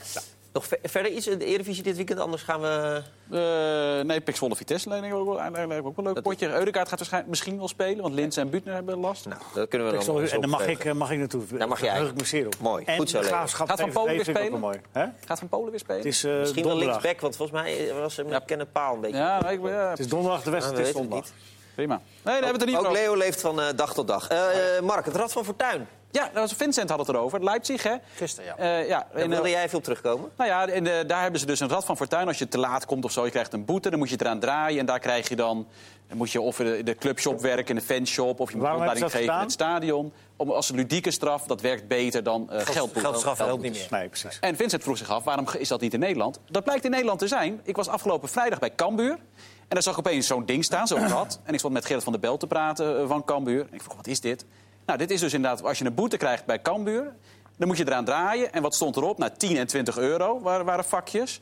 Speaker 2: Nog ver- verder iets in de Eredivisie dit weekend, anders gaan we...
Speaker 3: Eh, nee, Pix Volle Vitesse lijkt me ook wel, lijkt me ook wel een leuk
Speaker 2: Dat-
Speaker 3: potje. Eudekaart gaat waarschijnlijk misschien wel spelen, want Linz en Butner hebben last.
Speaker 2: Nou, dat kunnen we
Speaker 1: Ik
Speaker 2: dan
Speaker 1: zal-
Speaker 2: eens
Speaker 1: en dan mag
Speaker 2: opvegen.
Speaker 1: ik, eh, mag ik naartoe.
Speaker 2: Daar mag jij.
Speaker 1: Daar verheug ik me zeer op.
Speaker 2: Mooi,
Speaker 1: En
Speaker 2: goed zo,
Speaker 1: de
Speaker 2: Leo.
Speaker 1: Graafschap
Speaker 3: Gaat Van
Speaker 1: VVV
Speaker 3: Polen weer
Speaker 1: vind ik ook
Speaker 3: spelen?
Speaker 1: wel mooi. Hè?
Speaker 3: Gaat Van Polen weer spelen?
Speaker 1: Het is eh,
Speaker 2: Misschien wel
Speaker 1: donderdag.
Speaker 2: linksback, want volgens mij eh, was hem
Speaker 3: Ja.
Speaker 2: met Kenneth Paal een beetje...
Speaker 3: Ja, maar ik, ja,
Speaker 1: Het is donderdag de
Speaker 2: Nou,
Speaker 1: wedstrijd,
Speaker 2: we
Speaker 1: het is
Speaker 2: weten het
Speaker 1: zondag.
Speaker 2: niet.
Speaker 3: prima. Nee, daar hebben we het er niet
Speaker 2: Ook
Speaker 3: over.
Speaker 2: Leo leeft van eh, dag tot dag. Eh, eh, Mark, het Rad van Fortuin.
Speaker 3: Ja, dat was Vincent had het erover. Leipzig, hè?
Speaker 4: Gisteren, ja.
Speaker 3: Eh, ja,
Speaker 2: Daar
Speaker 3: en,
Speaker 2: wilde
Speaker 3: eh,
Speaker 2: jij even op terugkomen.
Speaker 3: nou ja, en eh, daar hebben ze dus een rad van fortuin. Als je te laat komt of zo, je krijgt een boete. Dan moet je het eraan draaien. En daar krijg je dan... Dan moet je of in de- in de clubshop werken, in de fanshop... of je moet een
Speaker 1: Waarom hebben ze
Speaker 3: opleiding
Speaker 1: dat
Speaker 3: geven in het
Speaker 1: gedaan?
Speaker 3: stadion. Om, als een ludieke straf, dat werkt beter dan eh geldboete.
Speaker 4: Geldstraf helpt niet meer.
Speaker 1: Nee, precies.
Speaker 3: En Vincent vroeg zich af, waarom is dat niet in Nederland? Dat blijkt in Nederland te zijn. Ik was afgelopen vrijdag bij Cambuur. En daar zag ik opeens zo'n ding staan, zo'n rad. En ik stond met Gerrit van der Bel te praten eh, van Cambuur. En ik vroeg, wat is dit? Nou, dit is dus inderdaad, als je een boete krijgt bij Cambuur... dan moet je eraan draaien. En wat stond erop? Nou, 10 en 20 euro wa- waren vakjes.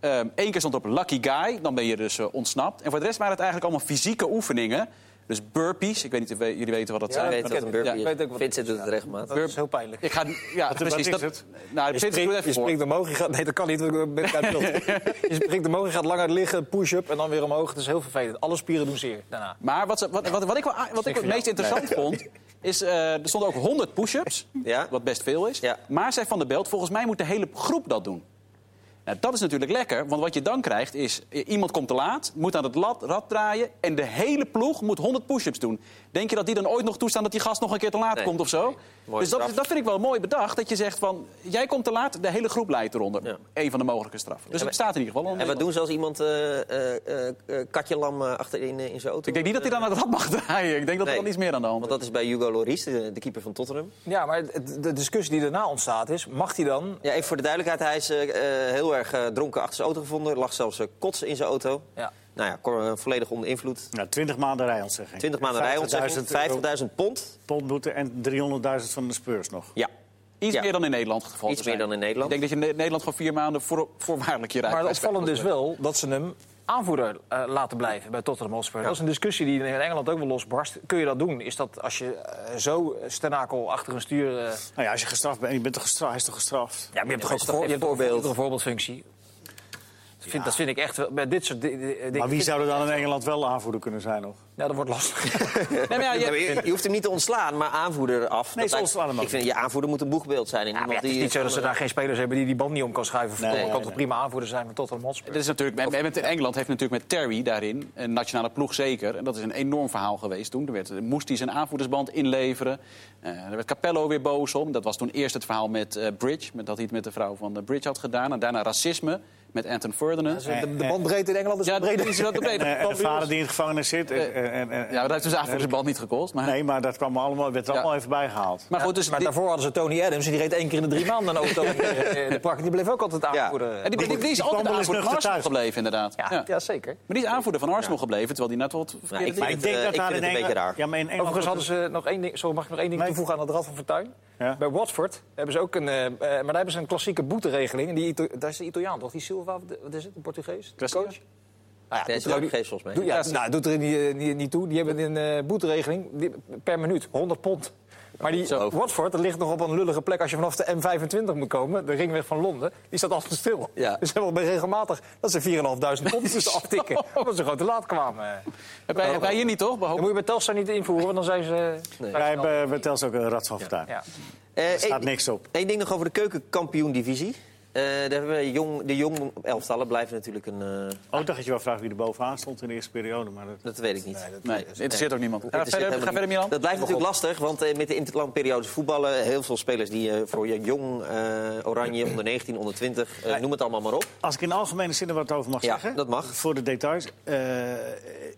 Speaker 3: Eén keer stond op Lucky Guy, dan ben je dus eh, ontsnapt. En voor de rest waren het eigenlijk allemaal fysieke oefeningen. Dus burpees, ik weet niet of we- jullie weten wat dat
Speaker 4: Ja,
Speaker 3: zijn.
Speaker 4: ik
Speaker 2: weet
Speaker 4: ken
Speaker 2: dat
Speaker 4: hem.
Speaker 2: een burpee
Speaker 4: Ja,
Speaker 2: is.
Speaker 4: ik weet ook wat
Speaker 2: Vincent doet het regelmatig.
Speaker 4: Dat is heel pijnlijk.
Speaker 3: Ik ga, ja, precies.
Speaker 1: is
Speaker 3: dat,
Speaker 1: het?
Speaker 3: Nou,
Speaker 4: Je
Speaker 3: Vincent, doe het
Speaker 4: springt, je
Speaker 3: even voor.
Speaker 4: springt omhoog, je gaat... Nee, dat kan niet, want ik ben uit beeld. Je springt omhoog, je gaat lang uit liggen, push-up en dan weer omhoog. Het is heel vervelend. Alle spieren doen zeer daarna.
Speaker 3: Maar wat, ze- wat, wat, wat ik, wel- wat ik het
Speaker 2: nou?
Speaker 3: meest interessant vond, is eh, er stonden ook 100 push-ups,
Speaker 2: Ja.
Speaker 3: wat best veel is.
Speaker 2: Ja.
Speaker 3: Maar zei Van der Belt, volgens mij moet de hele groep dat doen. Nou, dat is natuurlijk lekker, want wat je dan krijgt is... eh, iemand komt te laat, moet aan het lat, rad draaien... en de hele ploeg moet 100 push-ups doen. Denk je dat die dan ooit nog toestaan dat die gast nog een keer te laat
Speaker 2: Nee.
Speaker 3: komt of zo?
Speaker 2: Mooi
Speaker 3: dus dat,
Speaker 2: straf.
Speaker 3: dat vind ik wel mooi bedacht, dat je zegt van... jij komt te laat, de hele groep leidt eronder.
Speaker 2: Ja.
Speaker 3: Eén van de mogelijke straffen. Dus het staat in ieder geval. al.
Speaker 2: En wat doen ze als iemand eh, eh, eh, eh, katje lam eh, achterin eh, in zijn auto?
Speaker 3: Ik denk niet dat hij dan aan het rad mag draaien. Ik denk dat er
Speaker 2: Nee.
Speaker 3: dan iets meer aan de hand
Speaker 2: Want
Speaker 3: is.
Speaker 2: dat is bij Hugo Lloris, de, de keeper van Tottenham.
Speaker 4: Ja, maar het- de discussie die daarna ontstaat is, mag hij dan...
Speaker 2: Ja, even voor de duidelijkheid, hij is eh, eh, heel erg eh, dronken achter zijn auto gevonden. Er lag zelfs eh, kots in zijn auto.
Speaker 4: Ja.
Speaker 2: Nou ja, Cor- eh, volledig onder invloed.
Speaker 1: Nou, 20 maanden rijontzegging.
Speaker 2: 20 maanden rijontzegging,
Speaker 1: 50.000
Speaker 2: 50.000 pond.
Speaker 1: pondboete en 300.000 van de speurs nog.
Speaker 2: Ja.
Speaker 3: Iets
Speaker 2: Ja.
Speaker 3: meer dan in Nederland het geval
Speaker 2: Iets
Speaker 3: te zijn.
Speaker 2: meer dan in Nederland.
Speaker 3: Ik denk dat je in Nederland gewoon vier maanden voor, voorwaardelijk je rijdt.
Speaker 4: Maar het opvallende is wel dat ze hem aanvoerder eh, laten blijven bij Tottenham Hotspur. Dat is een discussie die in Engeland ook wel losbarst. Kun je dat doen? Is dat als je eh, zo stenakel achter een stuur... eh,
Speaker 1: Nou ja, als je gestraft bent, je bent toch gestraft, hij is toch gestraft?
Speaker 4: Ja, maar je hebt
Speaker 2: Ja,
Speaker 4: toch
Speaker 2: maar
Speaker 4: ook
Speaker 2: is
Speaker 4: een
Speaker 2: toch
Speaker 4: voor-
Speaker 2: geen
Speaker 4: je hebt toch
Speaker 2: voorbeeld?
Speaker 4: ook een voorbeeldfunctie. Dat vind, dat vind ik echt wel. Bij dit soort di- di- dingen.
Speaker 1: Maar wie zou er dan in Engeland wel aanvoerder kunnen zijn nog?
Speaker 4: Ja, dat wordt lastig.
Speaker 3: Nee, maar ja,
Speaker 2: Ja, maar
Speaker 3: je-
Speaker 2: je, je hoeft hem niet te ontslaan, maar aanvoerder af.
Speaker 1: Nee,
Speaker 2: Dat
Speaker 1: ze
Speaker 2: lijkt-
Speaker 1: ontslaan hem ook.
Speaker 2: Ik vind, je aanvoerder moet een boegbeeld zijn. En
Speaker 4: Ja, Nou, maar
Speaker 2: iemand
Speaker 4: het is
Speaker 2: die,
Speaker 4: niet zo dat ze daar geen spelers hebben die die band niet om kan schuiven. Of
Speaker 1: Nee,
Speaker 4: kan
Speaker 1: nee,
Speaker 4: toch
Speaker 1: nee.
Speaker 4: prima aanvoerder zijn met Tottenham Hotspur.
Speaker 3: dat is natuurlijk, en- en met Engeland heeft natuurlijk met Terry daarin, een nationale ploeg zeker... en dat is een enorm verhaal geweest toen. Er werd, moest hij zijn aanvoerdersband inleveren. Eh, er werd Capello weer boos om. Dat was toen eerst het verhaal met eh, Bridge, met dat hij het met de vrouw van eh, Bridge had gedaan. En daarna racisme met Anton Ferdinand.
Speaker 1: is-
Speaker 4: De, de bandbreedte in Engeland is
Speaker 3: Ja,
Speaker 4: wat
Speaker 3: dat
Speaker 4: breder.
Speaker 3: is wat breder.
Speaker 1: Eh, en de vader die in het gevangenis zit. en- en- en- en-
Speaker 3: Ja, dat heeft dus de aanvoerdersband niet gekost. Maar,
Speaker 1: nee, maar dat kwam allemaal, werd er
Speaker 3: Ja.
Speaker 1: allemaal even bijgehaald.
Speaker 3: maar goed, dus
Speaker 4: Maar
Speaker 3: dit-
Speaker 4: daarvoor hadden ze Tony Adams en die reed één keer in de drie maanden een auto. Eh, de praktijk, die bleef ook altijd aanvoerder.
Speaker 3: en die, die, die is
Speaker 1: die
Speaker 3: altijd
Speaker 1: kwam wel eens nuchter
Speaker 3: aanvoerder van Arsenal
Speaker 1: thuis.
Speaker 3: gebleven, inderdaad.
Speaker 4: Ja,
Speaker 3: Ja.
Speaker 4: ja, zeker.
Speaker 3: Maar die is aanvoerder van Arsenal gebleven, terwijl die net wat verkeerde
Speaker 2: ik
Speaker 3: dingen-
Speaker 1: Maar
Speaker 2: vind
Speaker 1: ik denk
Speaker 2: het,
Speaker 1: dat
Speaker 2: eh,
Speaker 1: daar
Speaker 2: ik
Speaker 1: in
Speaker 2: vind het een beetje
Speaker 1: Engeland...
Speaker 2: raar.
Speaker 1: Ja, maar in Engeland...
Speaker 4: Overigens hadden ze nog één ding. Sorry, mag ik nog één ding
Speaker 1: Nee.
Speaker 4: toevoegen aan het Rad van Fortuin?
Speaker 1: Ja.
Speaker 4: Bij Watford hebben ze ook een. eh, eh, maar daar hebben ze een klassieke boeteregeling. En die Ito- daar is de Italiaan toch? Die Silva, of de- wat is het? Een Portugees? De
Speaker 3: Christian?
Speaker 4: coach? Nou
Speaker 2: Nee,
Speaker 4: ja,
Speaker 2: het
Speaker 4: doet
Speaker 2: is
Speaker 4: er
Speaker 2: ook
Speaker 4: ook-
Speaker 2: geen geest, volgens mij.
Speaker 4: doe- ja, nou, doet er niet, eh, niet, niet toe. Die hebben een eh, boeteregeling die- per minuut, 100 pond. Maar die
Speaker 2: Zo.
Speaker 4: Watford, dat ligt nog op een lullige plek als je vanaf de M25 moet komen, de ringweg van Londen, die staat altijd stil.
Speaker 2: Ja.
Speaker 4: Dus ze hebben regelmatig dat ze 4.500 pond moeten aftikken. Omdat ze gewoon te laat kwamen.
Speaker 3: Hebben wij, hebben wij hier niet, toch?
Speaker 4: Dan
Speaker 3: Behoop...
Speaker 4: moet je bij Telstar niet invoeren, want dan zijn ze...
Speaker 1: Wij hebben bij Tels ook een rat van fortuin.
Speaker 4: Ja.
Speaker 2: Eh,
Speaker 1: Er staat
Speaker 2: één-
Speaker 1: niks op.
Speaker 2: Eén ding nog over de keukenkampioen-divisie. Eh, daar hebben we jong, de jong elftallen blijven natuurlijk een... eh,
Speaker 1: Oh, ik dacht dat je wel vraagt wie er bovenaan stond in de eerste periode. Maar dat...
Speaker 2: dat weet ik niet.
Speaker 3: Nee, interesseert ook niemand. Ga
Speaker 2: Dit is
Speaker 3: verder,
Speaker 2: helemaal
Speaker 3: ga verder
Speaker 2: niet-
Speaker 3: Milan.
Speaker 2: Dat blijft natuurlijk lastig, want eh, met de interlandperiodes voetballen... heel veel spelers die eh, voor je jong, eh, oranje, onder 19, onder 20... eh, noem het allemaal maar op.
Speaker 1: Als ik in algemene zin er wat over mag
Speaker 2: Ja,
Speaker 1: zeggen...
Speaker 2: dat mag.
Speaker 1: Voor de details. eh,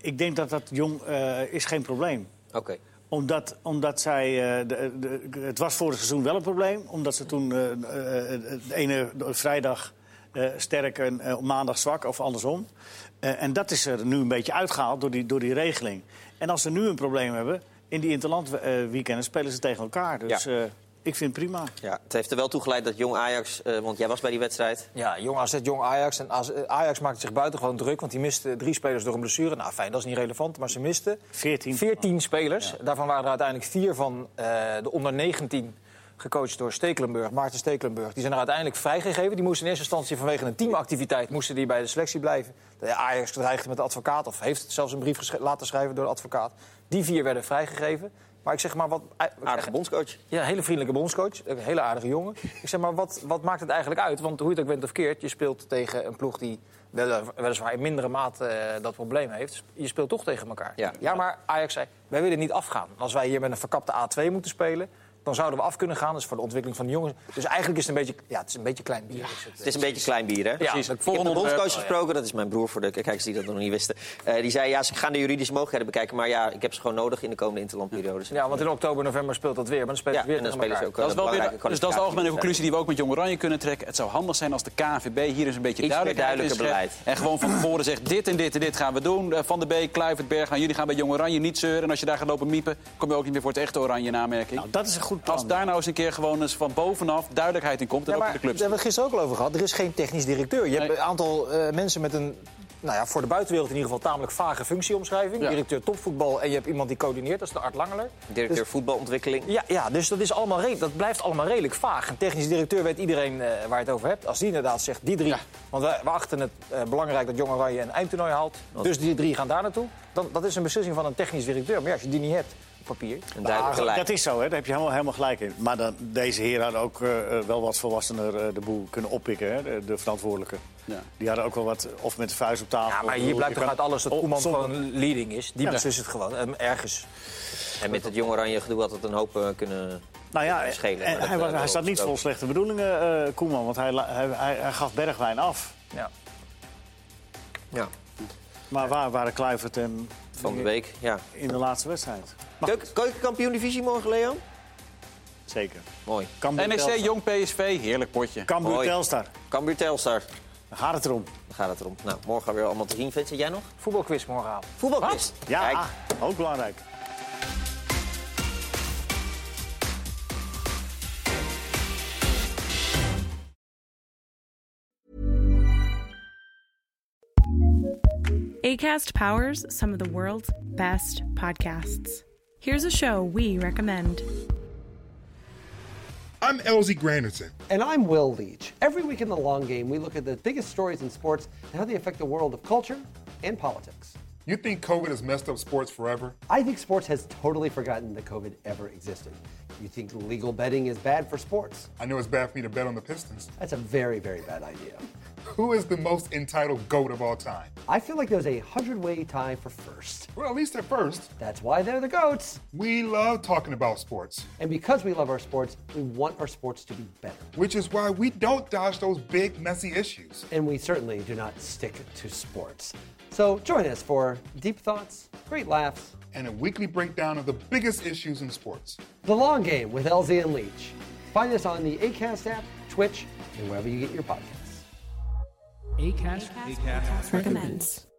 Speaker 1: ik denk dat dat jong eh, is geen probleem.
Speaker 2: Oké.
Speaker 1: Omdat, omdat zij, eh, de, de- het was vorig seizoen wel een probleem. Omdat ze toen eh, eh, de ene vrijdag eh, sterk en eh, op maandag zwak of andersom. Eh, en dat is er nu een beetje uitgehaald door die, door die regeling. En als ze nu een probleem hebben, in die interland eh, weekenden spelen ze tegen elkaar. Dus
Speaker 2: Ja.
Speaker 1: eh, ik vind het prima.
Speaker 2: Ja, het heeft er wel toe geleid dat jong Ajax... eh, want jij was bij die wedstrijd.
Speaker 4: Ja, jong AZ, jong Ajax. En AZ Ajax maakte zich buitengewoon druk, want die miste drie spelers door een blessure. Nou, fijn, dat is niet relevant, maar ze misten
Speaker 1: 14.
Speaker 4: 14 spelers. Daarvan waren er uiteindelijk vier van eh, de onder 19 gecoacht door Stekelenburg, Maarten Stekelenburg. Die zijn er uiteindelijk vrijgegeven. Die moesten in eerste instantie vanwege een teamactiviteit moesten die bij de selectie blijven. De Ajax dreigde met de advocaat, of heeft zelfs een brief gesche- laten schrijven door de advocaat. Die vier werden vrijgegeven. Maar ik zeg maar wat... eh,
Speaker 2: Aardige bondscoach.
Speaker 4: Ja, een hele vriendelijke bondscoach. Een hele aardige jongen. Ik zeg maar, wat, wat maakt het eigenlijk uit? Want hoe je het ook bent of keert, je speelt tegen een ploeg die wel- weliswaar in mindere mate eh, dat probleem heeft. Je speelt toch tegen elkaar.
Speaker 2: Ja.
Speaker 4: maar Ajax zei, wij willen niet afgaan. Als wij hier met een verkapte A2 moeten spelen, dan zouden we af kunnen gaan. Dat is voor de ontwikkeling van de jongens. Dus eigenlijk is het een beetje, ja, het is een beetje klein bier. is het. eh.
Speaker 2: Het is een beetje klein bier, hè?
Speaker 4: Ja,
Speaker 3: Precies.
Speaker 4: dat-
Speaker 2: Ik heb met
Speaker 3: Volgende
Speaker 2: een bondscoach
Speaker 3: onderwerp. Oh,
Speaker 2: gesproken, dat is mijn broer voor de kijkers die dat nog niet wisten. Eh, die zei, ja, ze gaan de juridische mogelijkheden bekijken... maar ja, ik heb ze gewoon nodig in de komende interlandperiodes.
Speaker 4: ja, want in oktober, november speelt dat weer. Maar dan spelen
Speaker 2: Ja,
Speaker 4: ze weer
Speaker 2: en dan
Speaker 4: tegen
Speaker 2: spelen ze
Speaker 4: elkaar.
Speaker 2: ook
Speaker 3: Dat is wel weer,
Speaker 2: belangrijke
Speaker 3: dus dat is de algemene
Speaker 2: kwalificatie.
Speaker 3: conclusie die we ook met Jong Oranje kunnen trekken. Het zou handig zijn als de KVB hier eens een beetje
Speaker 2: meer
Speaker 3: duidelijkheid
Speaker 2: duidelijker
Speaker 3: in
Speaker 2: beleid.
Speaker 3: schept. En gewoon van tevoren zegt, dit en dit en dit gaan we doen. Eh, Van de Beek, nou, Kluivert, Bergwijn, jullie gaan bij Jong Oranje niet zeuren. En als je daar gaat lopen miepen, kom je ook niet meer voor het echte Oranje in aanmerking.
Speaker 1: Nou, dat is een goed
Speaker 4: goed plan.
Speaker 3: Als daar nou eens een keer gewoon eens van bovenaf duidelijkheid in komt... en
Speaker 4: Ja,
Speaker 3: ook
Speaker 4: maar
Speaker 3: voor de clubs.
Speaker 4: Daar hebben we het gisteren ook al over gehad. Er is geen technisch directeur. Je hebt
Speaker 3: Nee.
Speaker 4: een aantal eh, mensen met een, nou ja, voor de buitenwereld in ieder geval tamelijk vage functieomschrijving.
Speaker 3: Ja.
Speaker 4: Directeur topvoetbal en je hebt iemand die coördineert, dat is de Art Langeler.
Speaker 2: Directeur
Speaker 3: Dus-
Speaker 2: voetbalontwikkeling.
Speaker 4: Ja, ja dus dat, is allemaal re- dat blijft allemaal redelijk vaag. Een technisch directeur weet iedereen eh, waar je het over hebt. Als die inderdaad zegt, die drie. Want we, we achten het eh, belangrijk dat Jong Oranje een eindtoernooi haalt. Dus die drie gaan daar naartoe. Dan, dat is een beslissing van een technisch directeur. Maar ja, als je die niet hebt op papier...
Speaker 2: Een duidelijk
Speaker 1: Ah,
Speaker 2: gelijk.
Speaker 1: Dat is zo, hè? daar heb je helemaal, helemaal gelijk in. Maar dan, deze heren hadden ook eh, eh, wel wat volwassener eh, de boel kunnen oppikken, hè? De, de verantwoordelijken.
Speaker 3: Ja.
Speaker 1: Die hadden ook wel wat, of met de vuist op tafel.
Speaker 4: Ja, maar
Speaker 1: Ik
Speaker 4: hier
Speaker 1: bedoel,
Speaker 4: blijkt
Speaker 1: Oh, je
Speaker 4: toch uit
Speaker 1: kan-
Speaker 4: alles dat
Speaker 1: op-
Speaker 4: Koeman
Speaker 1: sommige-
Speaker 4: gewoon leading is. Die beslist het gewoon. En ergens
Speaker 2: En met het jong oranje gedoe had het een hoop eh, kunnen...
Speaker 1: Nou ja, en-
Speaker 2: schelen, maar
Speaker 1: en
Speaker 2: dat,
Speaker 1: hij,
Speaker 2: eh,
Speaker 1: was, hij
Speaker 2: wel
Speaker 1: staat niet
Speaker 2: ook.
Speaker 1: vol slechte bedoelingen, eh, Koeman. Want hij, la- hij, hij, hij gaf Bergwijn af.
Speaker 4: Ja.
Speaker 2: Ja.
Speaker 1: Maar waar waren Kluivert en
Speaker 2: Van de week, ja.
Speaker 1: in de laatste wedstrijd? Maar
Speaker 2: Keuken, keukenkampioen-divisie morgen, Leon?
Speaker 1: zeker.
Speaker 2: Mooi.
Speaker 1: Cambuur
Speaker 3: NEC,
Speaker 1: Telstar.
Speaker 3: E Jong PSV, heerlijk potje.
Speaker 1: Cambuur
Speaker 2: Hoi.
Speaker 1: Telstar.
Speaker 2: Cambuur Telstar,
Speaker 1: Daar gaat het erom.
Speaker 2: daar gaat het erom. Nou, morgen gaan we weer allemaal te zien. Vet, zit jij nog?
Speaker 4: voetbalquiz morgenavond.
Speaker 2: Voetbalquiz.
Speaker 1: Ja,
Speaker 2: Kijk.
Speaker 1: ook belangrijk.
Speaker 5: ACAST powers some of the world's best podcasts. Here's a show we recommend.
Speaker 6: I'm Elsie Granderson.
Speaker 7: And I'm Will Leach. Every week in the long game, we look at the biggest stories in sports and how they affect the world of culture and politics.
Speaker 6: You think COVID has messed up sports forever?
Speaker 7: I think sports has totally forgotten that COVID ever existed. You think legal betting is bad for sports?
Speaker 6: I know it's bad for me to bet on the Pistons.
Speaker 7: That's a very, very bad idea.
Speaker 6: Who is the most entitled GOAT of all time?
Speaker 7: I feel like there's a hundred way tie for first.
Speaker 6: Well, at least at first,
Speaker 7: That's why they're the GOATs.
Speaker 6: we love talking about sports,
Speaker 7: And because we love our sports, we want our sports to be better.
Speaker 6: which is why we don't dodge those big, messy issues.
Speaker 7: And we certainly do not stick to sports. So join us for deep thoughts, great laughs,
Speaker 6: And a weekly breakdown of the biggest issues in sports.
Speaker 7: The Long Game with LZ and Leach. Find us on the ACAST app, Twitch, and wherever you get your podcasts.
Speaker 5: ACAST, recommends.